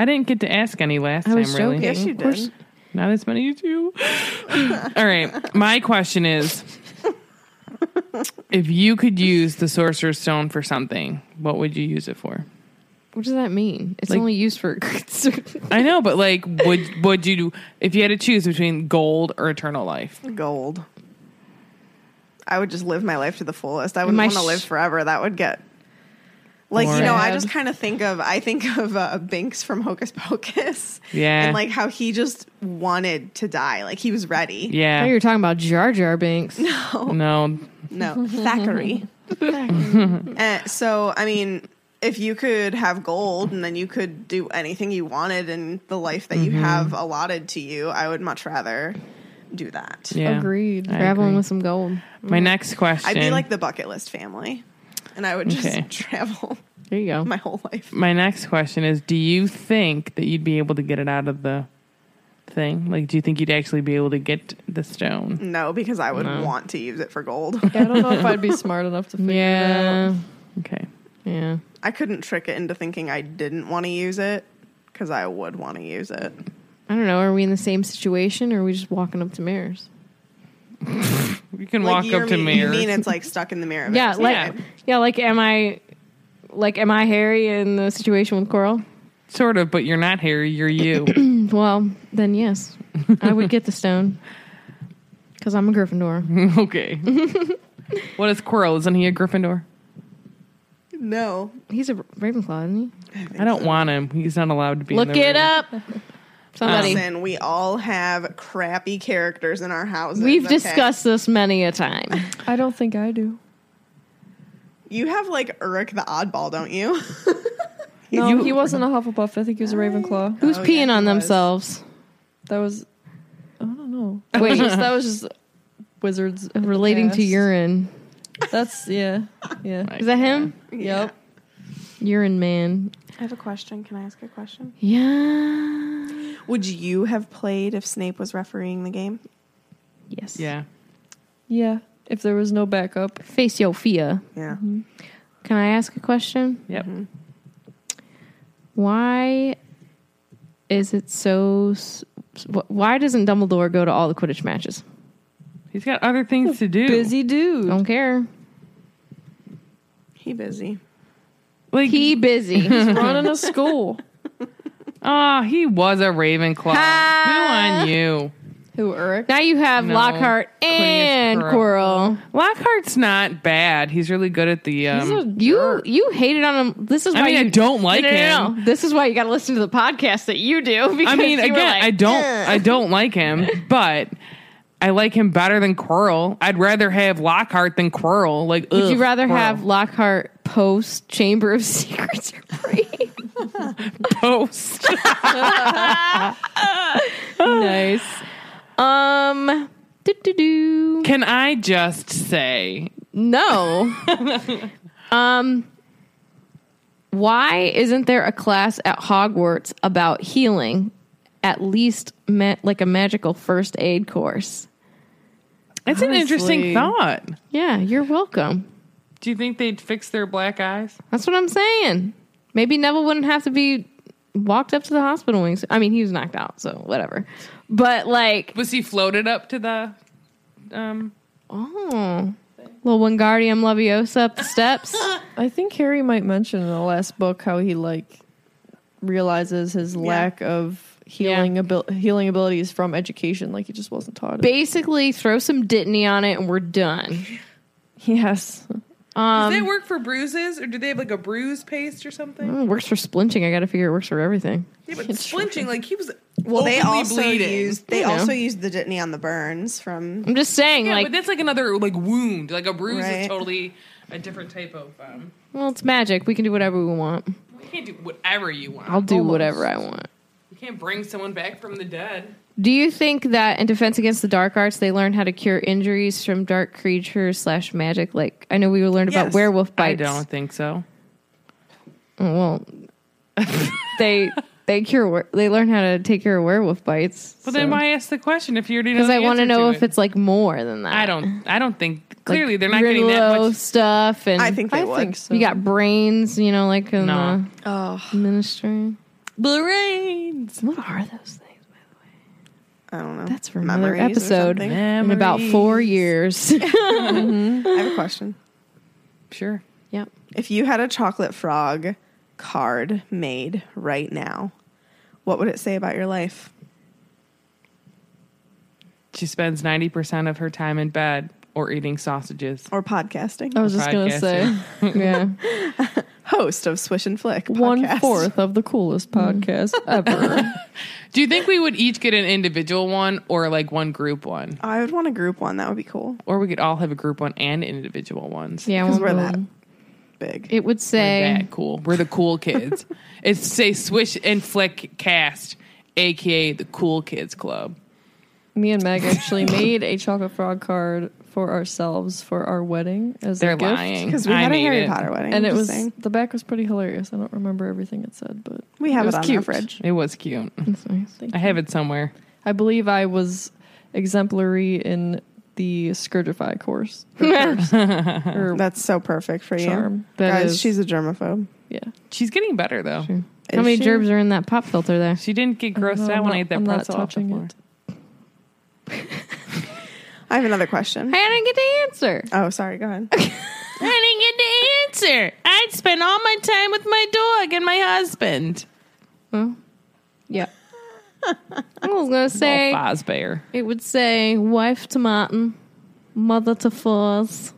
B: I didn't get to ask any last
F: I
B: time,
F: was
B: really.
F: joking.
D: Yes, you
F: Of course.
D: did.
B: Not as many as you. All right. My question is if you could use the Sorcerer's Stone for something, what would you use it for?
F: What does that mean? It's
B: Like-
F: only used for. [laughs]
B: I know, but like, would would you do if you had to choose between gold or eternal life?
D: Gold. I would just live my life to the fullest. I wouldn't
F: My
D: want to
F: sh-
D: live forever. That would get like you
B: Sad.
D: know. I just kind of think of I think of uh, Binks from Hocus Pocus.
B: Yeah.
D: and like how he just wanted to die. Like he was ready.
F: Oh,
B: Yeah,
F: you're talking about Jar Jar [laughs] Binks.
B: no, [laughs]
D: No, Thackeray. uh, so I mean, if you could have gold and then you could
B: Mm-hmm.
D: do anything you wanted in the life that you have allotted to you, I would much rather do that.
B: Yeah.
E: Agreed.
B: I
F: Traveling
B: agree.
F: with some gold.
B: My next question.
D: I'd be like the bucket list family, and I would just
B: Okay.
D: [laughs] travel
F: There you go.
D: my whole life.
B: my next question is do you think that you'd be able to get it out of the thing like do you think you'd actually be able to get the stone
D: No, because I would want to use it
B: [laughs]
D: for gold.
E: [laughs] I don't know if I'd be smart enough to figure it
B: yeah okay
F: Yeah.
D: I couldn't trick it into thinking I didn't want to use it because I would want to use it.
F: I don't know. Are we in the same situation or are we just walking up to mirrors?
B: you can
D: Like,
B: walk
D: you're
B: up to
D: mean-
B: mirrors
D: You mean it's like stuck in the mirror?
F: Yeah,
D: but-
F: like
B: Yeah.
F: yeah. like am I like am I Harry in the situation with Coral?
B: sort of but you're not harry you're
F: [coughs]
B: you
F: Well, then yes. I would get the stone. [laughs] Cuz I'm a Gryffindor.
B: okay what is quirrell isn't he a gryffindor
D: no.
F: He's a Ravenclaw, isn't
B: i don't want him he's not allowed to be
F: he?
B: in
F: Look
B: the
F: it
B: room.
F: up. Somebody.
D: Listen, we all have crappy characters in our houses.
F: We've
D: okay?
F: discussed this many a time.
E: out. I don't think I do.
D: You have like Uruk the oddball, don't
F: [laughs]
D: you?
E: No, he wasn't a Hufflepuff. I think he was a Ravenclaw.
F: Who's
D: Oh, yeah,
F: peeing
D: he was.
F: on themselves?
E: That was. I don't [laughs] know. That was
F: Wait.
E: just, that was just wizards in the
F: Relating to
E: past.
F: urine.
E: That's yeah, yeah.
F: Is that him?
E: [laughs] Yep.
F: Urine man.
D: I have a question. Can I ask a question?
F: Yeah.
D: Would you have played if Snape was refereeing the game?
F: Yes.
B: yeah
E: Yeah. If there was no backup,
F: Face your fear.
D: Yeah.
F: Mm-hmm. Can I ask a question?
B: yep
F: Why is it so? s- wh- Why doesn't Dumbledore go to all the Quidditch matches?
B: he's got other things to do
E: busy dude.
F: Don't care.
D: He busy.
B: like [laughs]
F: He busy.
E: Running a school.
B: ah he was a ravenclaw who on you
E: Who Eric?
F: now you have
B: No.
F: Lockhart
B: Queen is
F: and
B: Quirrell.
F: Quirrell.
B: lockhart's not bad he's really good at the um,
F: You you hated on him. This is
B: I
F: why
B: mean, I
F: you,
B: don't like
F: no, no, no,
B: him.
F: no. This is why you got to listen to the podcast that you do. [laughs] Because
B: I mean,
F: you were
B: again,
F: like,
B: I don't, I don't like him,
F: [laughs]
B: but I like him better than Quirrell. I'd rather have Lockhart than Quirrell. Like,
F: Would
B: ugh,
F: you rather
B: Quirrell. [laughs]
F: have Lockhart post Chamber of [laughs] Secrets or pre?
B: post?
F: nice. Um. Do do do.
B: Can I just say
F: No. um why isn't there a class at Hogwarts about healing? At least ma- like a magical first aid course.
B: it's an interesting
E: Honestly.
B: thought?
F: Yeah, you're welcome.
B: Do you think they'd fix their black eyes?
F: That's what I'm saying. Maybe Neville wouldn't have to be walked up to the hospital wings. I mean, he was knocked out, so whatever. But like,
B: Was he floated up to the? Um,
F: oh, little Wingardium Leviosa up the steps.
E: I think Harry might mention in the last book how he like realizes his lack of healing abil- healing abilities from education. Like he just wasn't taught.
F: [laughs]
E: It.
F: Basically, throw some Dittany on it, and we're done.
E: Yes. [laughs]
F: Um,
B: Does they work for bruises, or do they have like a bruise paste or something?
F: It works for splinching. I got to figure it works for everything.
B: Yeah, but flinching, like he was.
D: Well, they
B: openly
D: also
B: bleeding.
D: used they
F: You know. Mm-hmm.
D: also used the Dittany on the burns from
F: I'm just saying,
B: Yeah,
F: like,
B: but that's like another like wound. Like a bruise is
D: Right.
B: totally a different type of. Um,
F: well, it's magic. We can do whatever we want.
B: you can't do whatever you want.
F: I'll do whatever I want.
B: You can't bring someone back from the dead.
F: Do you think that in Defense Against the Dark Arts, they learn how to cure injuries from dark creatures slash magic? Like, I know we learned about
D: Yes.
F: werewolf bites.
B: I don't think so.
F: Oh, well, [laughs] they they cure. wer- They learn how to take care of werewolf bites.
B: But then why ask the question if you already know?
F: Because
B: the
F: I want to
B: answer
F: know
B: to
F: if
B: it?
F: it's like more than that.
B: I don't. I don't think.
F: Like,
B: Clearly, they're not getting that
F: Rinlo
B: much.
F: stuff, and
D: I think they
E: I
D: would.
E: think so.
F: you got brains. You know, like in
B: No.
F: the ministry.
B: Brains.
F: What are those things?
D: I don't know.
F: That's for another
D: Memories or
F: episode
D: something.
F: in about four
B: [laughs]
F: years.
D: I have a question.
B: Sure.
F: yep.
D: If you had a chocolate frog card made right now, what would it say about your life?
B: She spends ninety percent of her time in bed or eating sausages.
D: Or podcasting?
E: I was just gonna say
F: Yeah.
D: Host of Swish and Flick. Podcast.
E: one fourth of the coolest podcast ever.
B: Do you think we would each get an individual one or like one group one,
D: I would want a group one. That would be cool.
B: or we could all have a group one and individual ones?
F: Yeah.
D: Because
F: well,
D: we're that
F: boom.
D: big.
F: [laughs] It would
B: We're
F: say
B: that cool. We're the cool kids. it's say swish and flick cast, aka the cool kids club.
E: me and Meg actually made a chocolate frog card for ourselves for our wedding as
B: They're
E: a gift.
B: lying.
D: Because we
B: I
D: had a
B: made
D: Harry
B: it.
D: Potter wedding.
E: And it
D: just
E: was
D: saying.
E: the back was pretty hilarious. I don't remember everything it said, but
D: We have
E: it, was
D: it on our
E: cute.
D: fridge.
B: It was cute.
E: Thank
B: I
E: you.
B: have it somewhere.
E: I believe I was exemplary in the Scourgify course. the curse, or
D: That's so perfect for you.
E: Charm.
F: That
D: Guys,
F: is-
D: she's a germaphobe.
E: yeah.
B: She's getting better though.
F: How
D: Is
F: many
D: she?
F: germs are in that pop filter there?
B: She didn't get grossed
E: No,
B: out
E: Oh, I'm
B: when I
E: not-
B: ate that
E: I'm not
B: pretzel off the
E: touching
B: floor.
E: it.
D: I have another question.
F: I didn't get to answer.
D: Oh, sorry. Go ahead.
B: I didn't get to answer. I'd spend all my time with my dog and my husband. [laughs]
E: Yeah.
F: I was gonna say
B: Little Fozbear.
F: it would say wife to Martin, mother to Foz,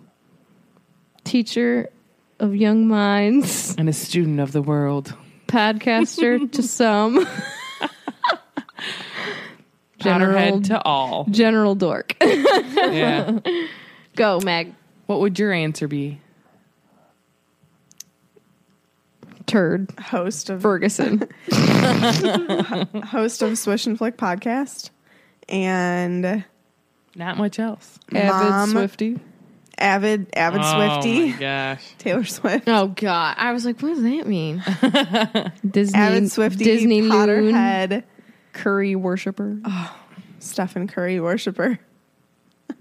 F: teacher of young minds, [laughs]
B: And a student of the world.
F: podcaster
B: [laughs]
F: to some, general
B: Potterhead to all.
F: general dork.
B: [laughs] Yeah.
F: Go Meg
B: what would your answer be?
F: Turd
D: Host of
F: Ferguson.
D: host of Swish and Flick podcast and
B: Not much else.
D: Mom.
E: Avid Swifty.
D: avid avid Swifty [laughs]
B: Oh my gosh.
D: Taylor Swift.
F: Oh God! I was like, what does
B: [laughs]
F: that mean? Disney
D: Avid Swifty
F: Disney loon.
D: Potterhead Oh,
E: Curry worshiper.
D: Stephen Curry worshiper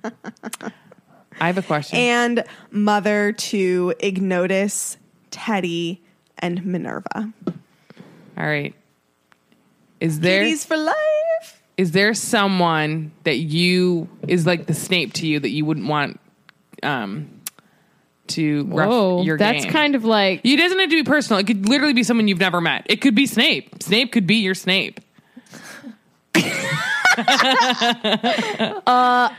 B: I have a question.
D: and mother to Ignotus, Teddy, and Minerva.
B: all right. Is there is
D: Kitties for life.
B: there someone that you is like the Snape to you that you wouldn't want um to rough
F: Whoa,
B: your
F: Oh, that's
B: game?
F: kind of like
B: It doesn't have to be personal. It could literally be someone you've never met. It could be Snape. Snape could be your Snape.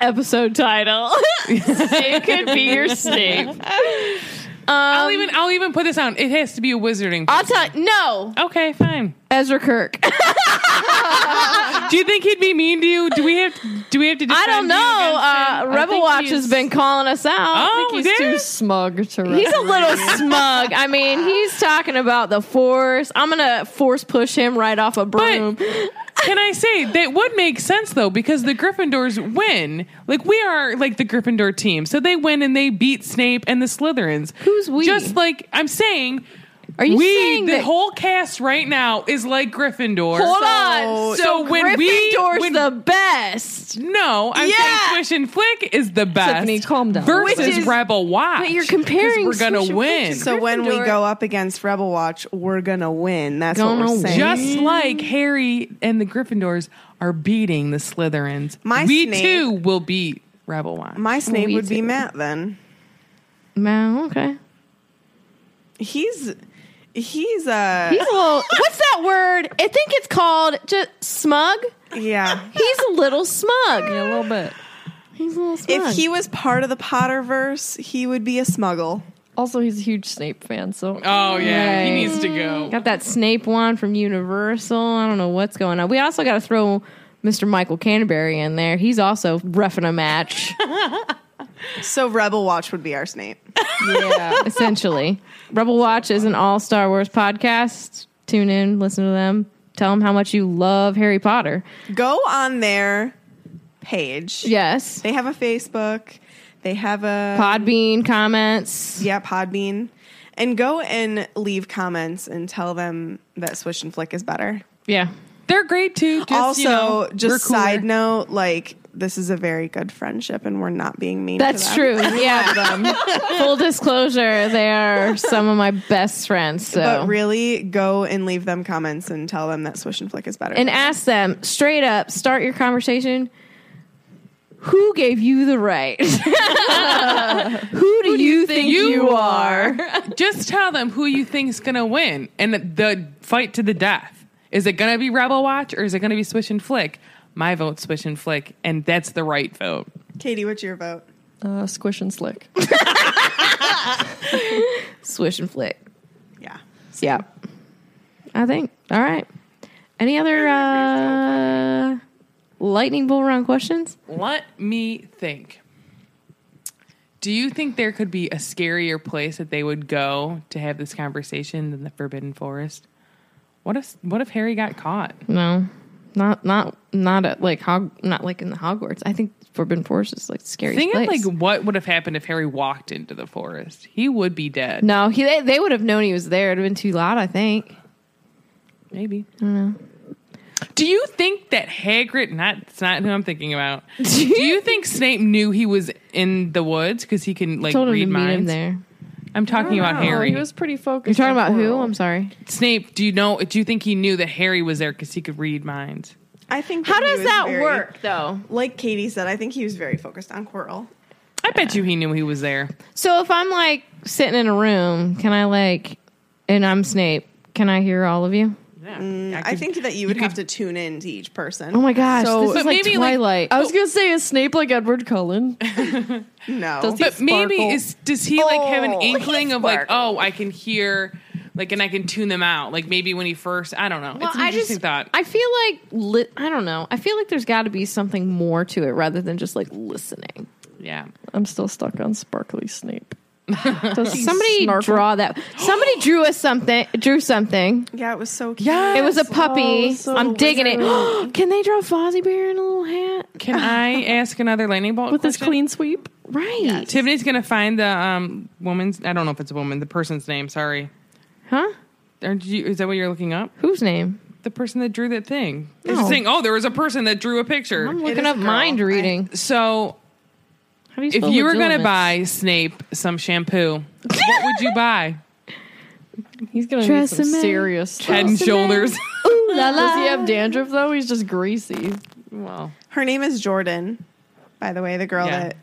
F: episode title. [laughs] it could be your Snape. Um,
B: I'll even I'll even put this on. It has to be a wizarding.
F: I'll tell no
B: okay, fine.
F: Ezra Kirk.
B: Do you think he'd be mean to you? Do we have do we have to?
F: [laughs] I
B: defend you
F: don't know.
B: against him?
F: Uh,
B: I
F: Rebel
B: think
F: Watch
B: he's-
F: has been calling us out.
B: Oh,
F: I think
B: yeah.
F: he's,
E: Too [laughs] smug to
F: he's
B: [laughs]
F: a little smug. I mean, he's talking about the force. I'm gonna force push him right off a broom.
B: Can I say that would make sense though because the Gryffindors win. Like we are like the Gryffindor team, so they win and they beat Snape and the Slytherins.
F: Who's we?
B: Just like I'm saying,
F: Are you
B: we
F: saying
B: the
F: that?
B: whole cast right now is like Gryffindor.
F: hold on.
B: So,
F: So,
B: when we
F: Gryffindor's
B: when,
F: the best.
B: no, I'm
F: Yeah.
B: saying Swish and Flick is the best.
E: Tiffany, calm down.
B: Versus
F: Which is-
B: Rebel Watch.
F: but you're
B: 'cause
F: comparing
B: We're gonna
F: Swish and Flick
B: win.
F: to
D: So when we
F: Gryffindor.
D: go up against Rebel Watch, we're gonna win. That's what
F: Gonna
D: we're saying.
B: Just like Harry and the Gryffindors are beating the Slytherins,
D: My
B: we
D: Snape-
B: too will beat Rebel Watch.
D: my Snape
F: We
D: would be
F: do.
D: Matt then.
F: No, okay.
D: He's he's uh
F: He's a little. what's that word? I think it's called just smug.
D: yeah.
F: He's a little smug.
E: a little bit.
F: [laughs] He's a little smug.
D: If he was part of the Potterverse, he would be a smuggle.
E: Also, he's a huge Snape fan, so
B: oh yeah, he
F: Right.
B: needs to go.
F: Got that Snape wand from Universal. I don't know what's going on. We also got to throw Mr. Michael Canterbury in there. He's also roughing a [laughs] match,
D: So Rebel Watch would be our
F: [laughs]
D: Snape.
E: yeah.
F: essentially. Rebel Watch is an all Star Wars podcast. Tune in, listen to them. Tell them how much you love Harry Potter.
D: Go on their page.
F: Yes.
D: They have a Facebook. They have a
F: Podbean comments.
D: yeah, Podbean. And go and leave comments and tell them that Swish and Flick is better.
F: Yeah.
B: They're great too. Just,
D: also,
B: you know, we're
D: just
B: cooler.
D: side note, like this is a very good friendship and we're not being mean. to
F: That's
D: them.
F: [laughs] true. Yeah. Full disclosure, they [laughs] are some of my best friends. So.
D: But really go and leave them comments and tell them that Swish and Flick is better.
F: and ask them straight up, start your conversation. Who gave you the [laughs] right? Who do, you think, you are?
B: Just tell them who you think's gonna win and the fight to the death. Is it gonna be Rebel Watch or is it gonna be Swish and Flick? My vote, Swish and Flick, and that's the right vote.
D: Katie, what's your vote?
E: Uh, squish and slick.
F: Swish and flick.
D: Yeah.
F: Yeah. I think. All right. Any other uh, lightning bull round questions?
B: Let me think. Do you think there could be a scarier place that they would go to have this conversation than the Forbidden Forest? What if what if Harry got caught?
F: No. Not not not at like hog not like in the Hogwarts. I think Forbidden Forest is like the scariest
B: Think of
F: place.
B: like what would have happened if Harry walked into the forest. He would be dead.
F: no, he they, they would have known he was there. It'd have been too loud. I think.
B: Maybe. Do you think that Hagrid? Not, it's not who I'm thinking
F: [laughs]
B: about. Do you think Snape knew he was in the woods because he can like
F: Told him
B: read
F: to meet
B: minds?
F: him there.
B: I'm talking about
E: Wow,
B: Harry.
E: He was pretty
F: You're
E: focused.
F: talking about
E: on
F: who?
E: Quirrell.
F: I'm sorry.
B: Snape, do you know? Do you think he knew that Harry was there because he could read minds?
D: I think.
F: How
D: he
F: does
D: was
F: that
D: very-
F: work though?
D: Like Katie said, I think he was very focused on Quirrell.
B: I bet you he knew he was there.
F: So if I'm like sitting in a room, can I like, and I'm Snape, can I hear all of you?
B: Yeah,
F: Mm,
D: I think that you would have to tune in to each person.
F: Oh my gosh,
E: So-
F: this is
E: But
F: like
B: maybe, like,
F: Twilight.
E: I was gonna say is Snape like Edward Cullen?
D: no,
E: Does he-
B: But maybe
E: Sparkle.
B: is does he like have
F: Oh,
B: an
F: he
B: inkling of like oh I can hear like and I can tune them out like maybe when he first I don't know it's an
F: I
B: interesting
F: just
B: thought
F: I feel like li- I don't know. I feel like there's got to be something more to it rather than just like listening.
B: yeah
E: I'm still stuck on Sparkly [laughs] Snape. Does he
F: Somebody
E: snarkle?
F: draw that. Somebody drew us something. Drew something.
D: yeah, it was so cute.
F: It was a puppy.
E: Oh, so
F: I'm digging it.
E: weird.
F: [gasps] Can they draw Fozzie Bear in a little hat?
B: can
F: [laughs]
B: I ask another lightning bolt
E: with this
B: question?
E: clean sweep.
F: Right.
B: Tiffany's gonna find the um woman's I don't know if it's a woman the person's name sorry
F: Huh?
B: Aren't you, is that what you're looking up
F: Whose name?
B: the person that drew that thing
F: No.
B: It's saying oh there was a person that drew a picture
F: I'm
D: is
F: looking
D: a
F: up
D: girl.
F: mind
D: I-
F: reading.
B: so
F: How do you
B: if
F: spell
B: you were gonna
F: legilimens?
B: buy Snape some shampoo what would you buy
E: He's gonna
F: Dress
E: need
F: him
E: some
F: in.
E: serious
B: Head and
E: stuff.
B: Shoulders
F: Ooh, la, la.
E: Does he have dandruff though? He's just greasy.
B: [laughs] well.
D: Her name is Jordan, by the way, the girl
B: Yeah.
D: that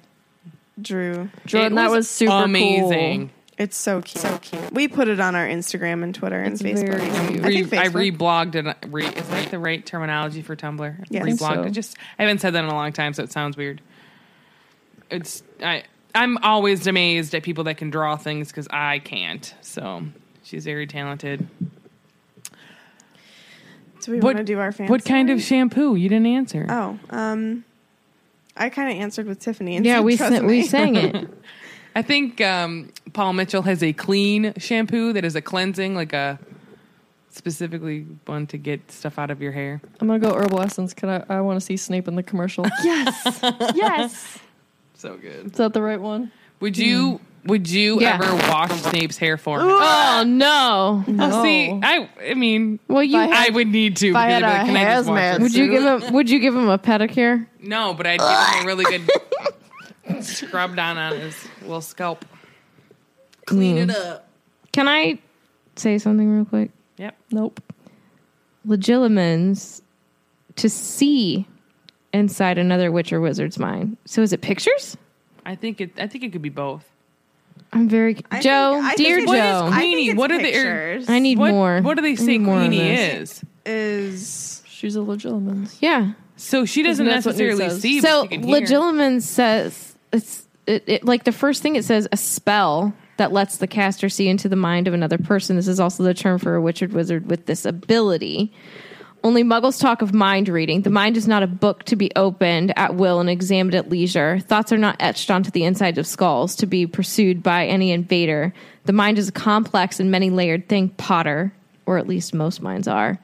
D: drew.
E: Jordan, that was super cool.
B: amazing.
D: It's so cute. So cute. We put it on our Instagram and Twitter and Facebook.
E: very
D: I
E: cute.
B: Re-
D: think
B: I
D: Facebook.
B: reblogged it. Re, is that the right terminology for Tumblr?
D: Yes. I think
B: Reblogged.
E: so.
B: I just I haven't said that in a long time, so it sounds weird. It's I. I'm always amazed at people that can draw things because I can't. So she's very talented.
D: Do we want to do our fan?
B: What kind of shampoo? You didn't answer.
D: Oh, um, I kind of answered with Tiffany. And [laughs]
F: Yeah,
D: said
F: we
D: Tresemme.
F: sang, we
D: [laughs]
F: sang it.
B: I think um, Paul Mitchell has a clean shampoo that is a cleansing, like a specifically one to get stuff out of your hair.
E: I'm gonna go herbal essence. Can I? I want to see Snape in the commercial. [laughs]
F: yes. Yes.
B: So good.
E: Is that the right one?
B: Would you? Would you
F: Yeah.
B: ever wash Snape's hair for him?
F: Oh no.
B: Oh, see,
E: No.
B: I, I mean,
F: Well, you.
B: I, would need to.
D: I had
B: because I'd be
D: a
B: "Can I just watch
D: hazmat
B: this?"
F: would you give him? Would you give him a pedicure?
B: No, but I'd give him a really good scrub down on his little scalp.
F: Can I say something real quick?
B: Yep.
E: Nope.
F: Legilimens to see inside another witch or wizard's mind. So is it pictures?
B: I think it. I think it could be both.
F: I'm very
D: I think-
F: Joe,
D: I think
F: dear
D: it's-
F: Joe.
D: I
B: Queenie,
D: think it's
B: what are the-
D: pictures.
F: I need
B: what,
F: more.
B: What do they
F: I
B: say
F: need more of
B: Queenie
F: this.
B: is?
D: is
E: She's a legilimens.
F: Yeah.
B: So she doesn't
E: Isn't that what Newt
B: necessarily
E: says?
B: see.
F: So
B: but she can hear.
F: legilimens says it's it, it like the first thing it says a spell that lets the caster see into the mind of another person. This is also the term for a witch or wizard with this ability. Only muggles talk of mind reading. The mind is not a book to be opened at will and examined at leisure. Thoughts are not etched onto the insides of skulls to be pursued by any invader. The mind is a complex and many layered thing, Potter, or at least most minds are.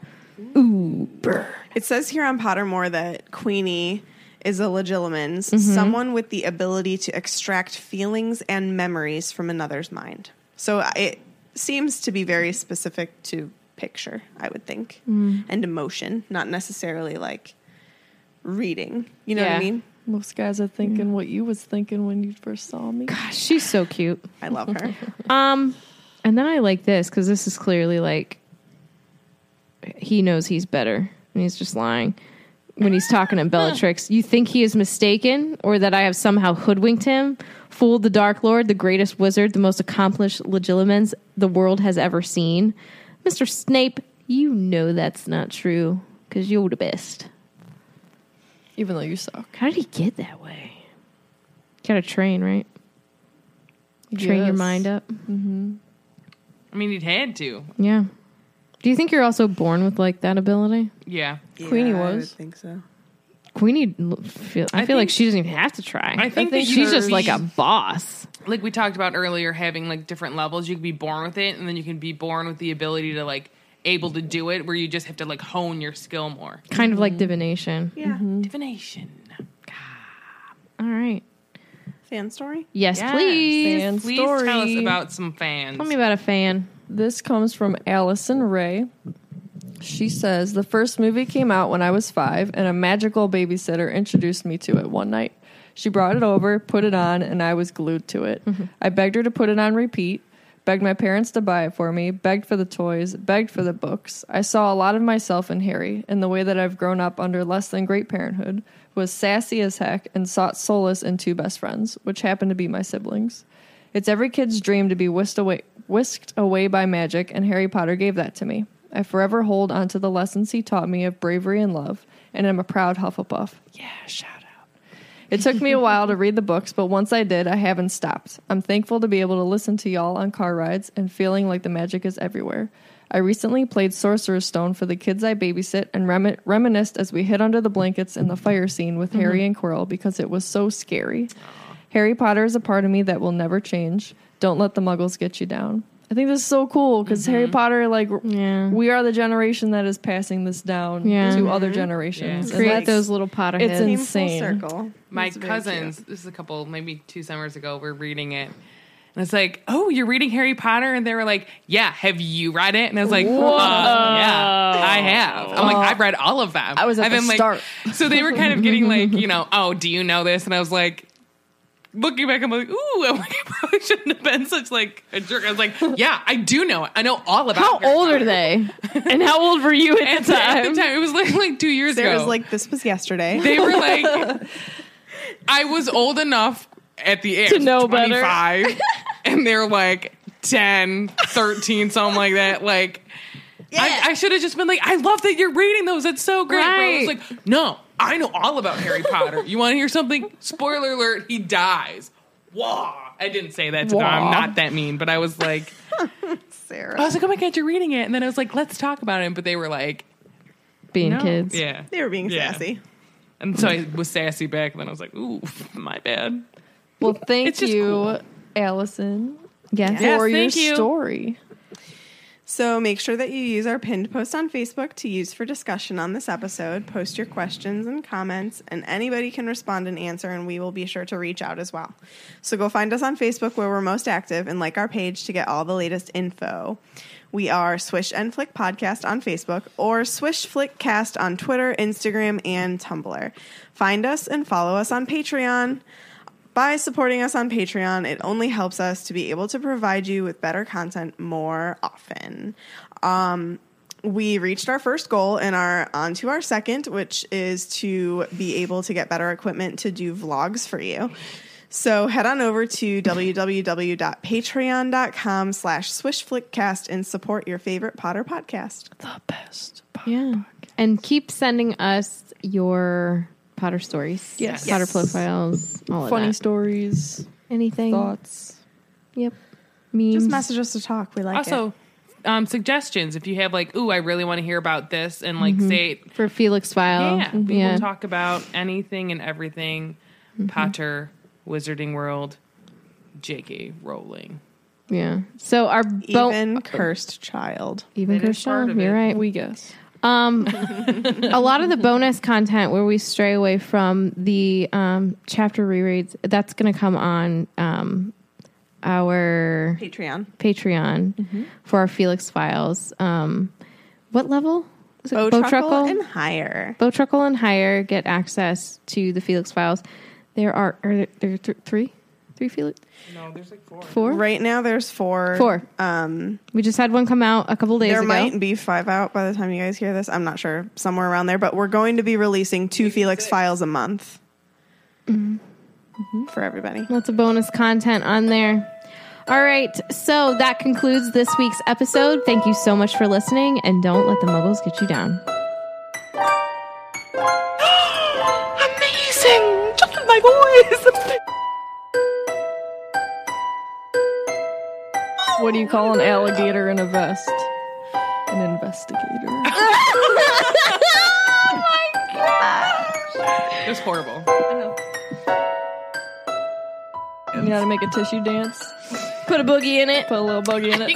D: It says here on Pottermore that Queenie is a legilimens,
E: Mm-hmm.
D: someone with the ability to extract feelings and memories from another's mind. So uh, it seems to be very specific to picture, I would think,
E: Mm.
D: and emotion, not necessarily like reading. You know what
F: Yeah.
D: I mean?
E: Most guys are thinking what you was thinking when you first saw me.
F: Gosh, she's so cute.
D: I love
E: [laughs]
D: her.
F: Um, and then I like this because this is clearly like he knows he's better and he's just lying when he's talking [laughs] to Bellatrix. You think he is mistaken, or that I have somehow hoodwinked him, fooled the Dark Lord, the greatest wizard, the most accomplished legilimens the world has ever seen, Mister Snape. You know that's not true because you're the best.
E: Even though you suck.
F: How did he get that way? Got to train, right? Train your
E: Yes.
F: mind up.
B: I mean, it had to.
F: Yeah. Do you think you're also born with like that ability?
B: Yeah.
E: Queenie
D: Yeah, I would
E: was.
D: think so.
F: Queenie, l- feel, I,
B: I
F: feel like
B: think-
F: she doesn't even have to try.
B: I think that
F: she's just
B: hers-
F: like a boss.
B: like we talked about earlier having like different levels you can be born with it and then you can be born with the ability to like able to do it where you just have to like hone your skill more.
F: Kind of like divination.
D: Yeah.
E: Mm-hmm.
B: Divination.
F: All right.
D: Fan story.
F: Yes, please.
E: Fan
B: Please tell us
E: story.
B: about some fans.
F: Tell me about a fan.
E: This comes from Allison Ray. She says the first movie came out when I was five, and a magical babysitter introduced me to it one night. She brought it over, put it on, and I was glued to it. I begged her to put it on repeat, begged my parents to buy it for me, begged for the toys, begged for the books. I saw a lot of myself in Harry and the way that I've grown up under less than great parenthood, was sassy as heck, and sought solace in two best friends, which happened to be my siblings. It's every kid's dream to be whisked away, whisked away by magic, and Harry Potter gave that to me. I forever hold on to the lessons he taught me of bravery and love, and I'm a proud Hufflepuff. Yeah, shout out. It took me a while to read the books, but once I did, I haven't stopped. I'm thankful to be able to listen to y'all on car rides and feeling like the magic is everywhere. I recently played Sorcerer's Stone for the kids I babysit and remi- reminisced as we hid under the blankets in the fire scene with Harry and Quirrell because it was so scary. Harry Potter is a part of me that will never change. Don't let the muggles get you down. I think this is so cool because Harry Potter, like, r-
F: Mm-hmm. Yeah.
E: we are the generation that is passing this down
F: Yeah. Mm-hmm.
E: to other generations.
B: Yeah.
E: And
F: Create
E: that's-
F: those little pot of
E: it's
F: heads.
E: in-
D: Came full
E: Insane.
D: circle.
B: my
D: It's very
B: cousins this is a couple maybe two summers ago we're reading it and it's like oh you're reading harry potter and they were like yeah have you read it and i was like uh, yeah i have i'm like i've read all of them i
E: was at
B: and
E: the
B: then, like,
E: start.
B: so they were kind of getting like you know oh do you know this and i was like Looking back, I'm like, ooh, I'm like, I [laughs] probably shouldn't have been such like a jerk. I was like, yeah, I do know it. I know all about.
F: How
B: Harry
F: old are
B: Potter."
F: they? And how old were you at
B: At
F: the
B: the, [laughs] at
F: time?
B: the time, it was like, like two years
D: There
B: ago.
D: was like this was yesterday.
B: They were
F: [laughs]
B: like, I was old enough at the age
F: To know
B: of
F: better.
B: 25,
F: [laughs]
B: and they're like 10, 13, something like that. Like, I, I should have just been like, I love that you're reading those. It's so great. But I was
F: Right.
B: like, no, I know all about Harry Potter. You want to hear something? Spoiler alert, he dies. Wah. I didn't say that to them. I'm
E: Wah.
B: not that mean, but I was like, I
D: Sarah.
B: was like, oh my God, you're reading it. And then I was like, let's talk about it. But they were like,
F: Being
B: no.
F: kids.
B: Yeah.
D: They were being
B: Yeah.
D: sassy.
B: And so I was sassy back then. I was like, ooh, [laughs] my bad.
E: Well, thank
B: It's just
E: you,
B: cool.
E: Allison,
F: Yes.
B: Yes,
E: for your
B: thank you.
E: story.
D: So make sure that you use our pinned post on Facebook to use for discussion on this episode. Post your questions and comments, and anybody can respond and answer, and we will be sure to reach out as well. So go find us on Facebook where we're most active and like our page to get all the latest info. We are Swish and Flick Podcast on Facebook or Swish Flick Cast on Twitter, Instagram, and Tumblr. Find us and follow us on Patreon. By supporting us on Patreon, it only helps us to be able to provide you with better content more often. Um, we reached our first goal and are on to our second, which is to be able to get better equipment to do vlogs for you. So head on over to www.patreon.com slash swishflickcast and support your favorite Potter podcast.
F: Yeah. And keep sending us your Potter stories.
E: Yes.
F: Potter
D: Yes.
F: profiles. All
E: Funny
F: of that.
E: stories,
F: Anything.
E: thoughts.
F: Yep. Memes.
D: Just message us to talk. We like it.
B: Also, um, suggestions if you have like, ooh, I really want to hear about this, and like say,
F: for Felix file.
B: yeah, we will talk about anything and everything, Potter, Wizarding World, J.K. Rowling.
F: Yeah. So our bone
D: Even cursed child.
F: even
B: That is part
F: Christian,
B: of
F: you're
B: it.
F: right.
E: We guess.
F: Um, a lot of the bonus content where we stray away from the um, chapter rereads that's going to come on um, our
D: Patreon.
F: Patreon
D: Mm-hmm.
F: for our Felix files. Um, what level? Is it
D: Bo,
F: Bo
D: Truckle
F: Truckle?
D: and higher.
F: Bo Truckle and higher get access to the Felix files. There are, are there, there are th- three, three Felix,
B: No, there's like four.
F: four,
D: Right now, there's four.
F: four.
D: Um,
F: we just had one come out a couple days
D: there
F: ago.
D: might be five out by the time you guys hear this. I'm not sure, somewhere around there. But we're going to be releasing two Felix files a month
F: Mm-hmm.
D: for everybody.
F: Lots of bonus content on there. All right, so that concludes this week's episode. Thank you so much for listening, and don't let the muggles get you down.
C: Amazing! Just my voice!
E: What do you call an alligator in a vest? An
F: [laughs]
E: investigator.
B: It was horrible.
E: you gotta make a tissue dance.
F: Put a boogie in it.
E: Put a little buggy in it.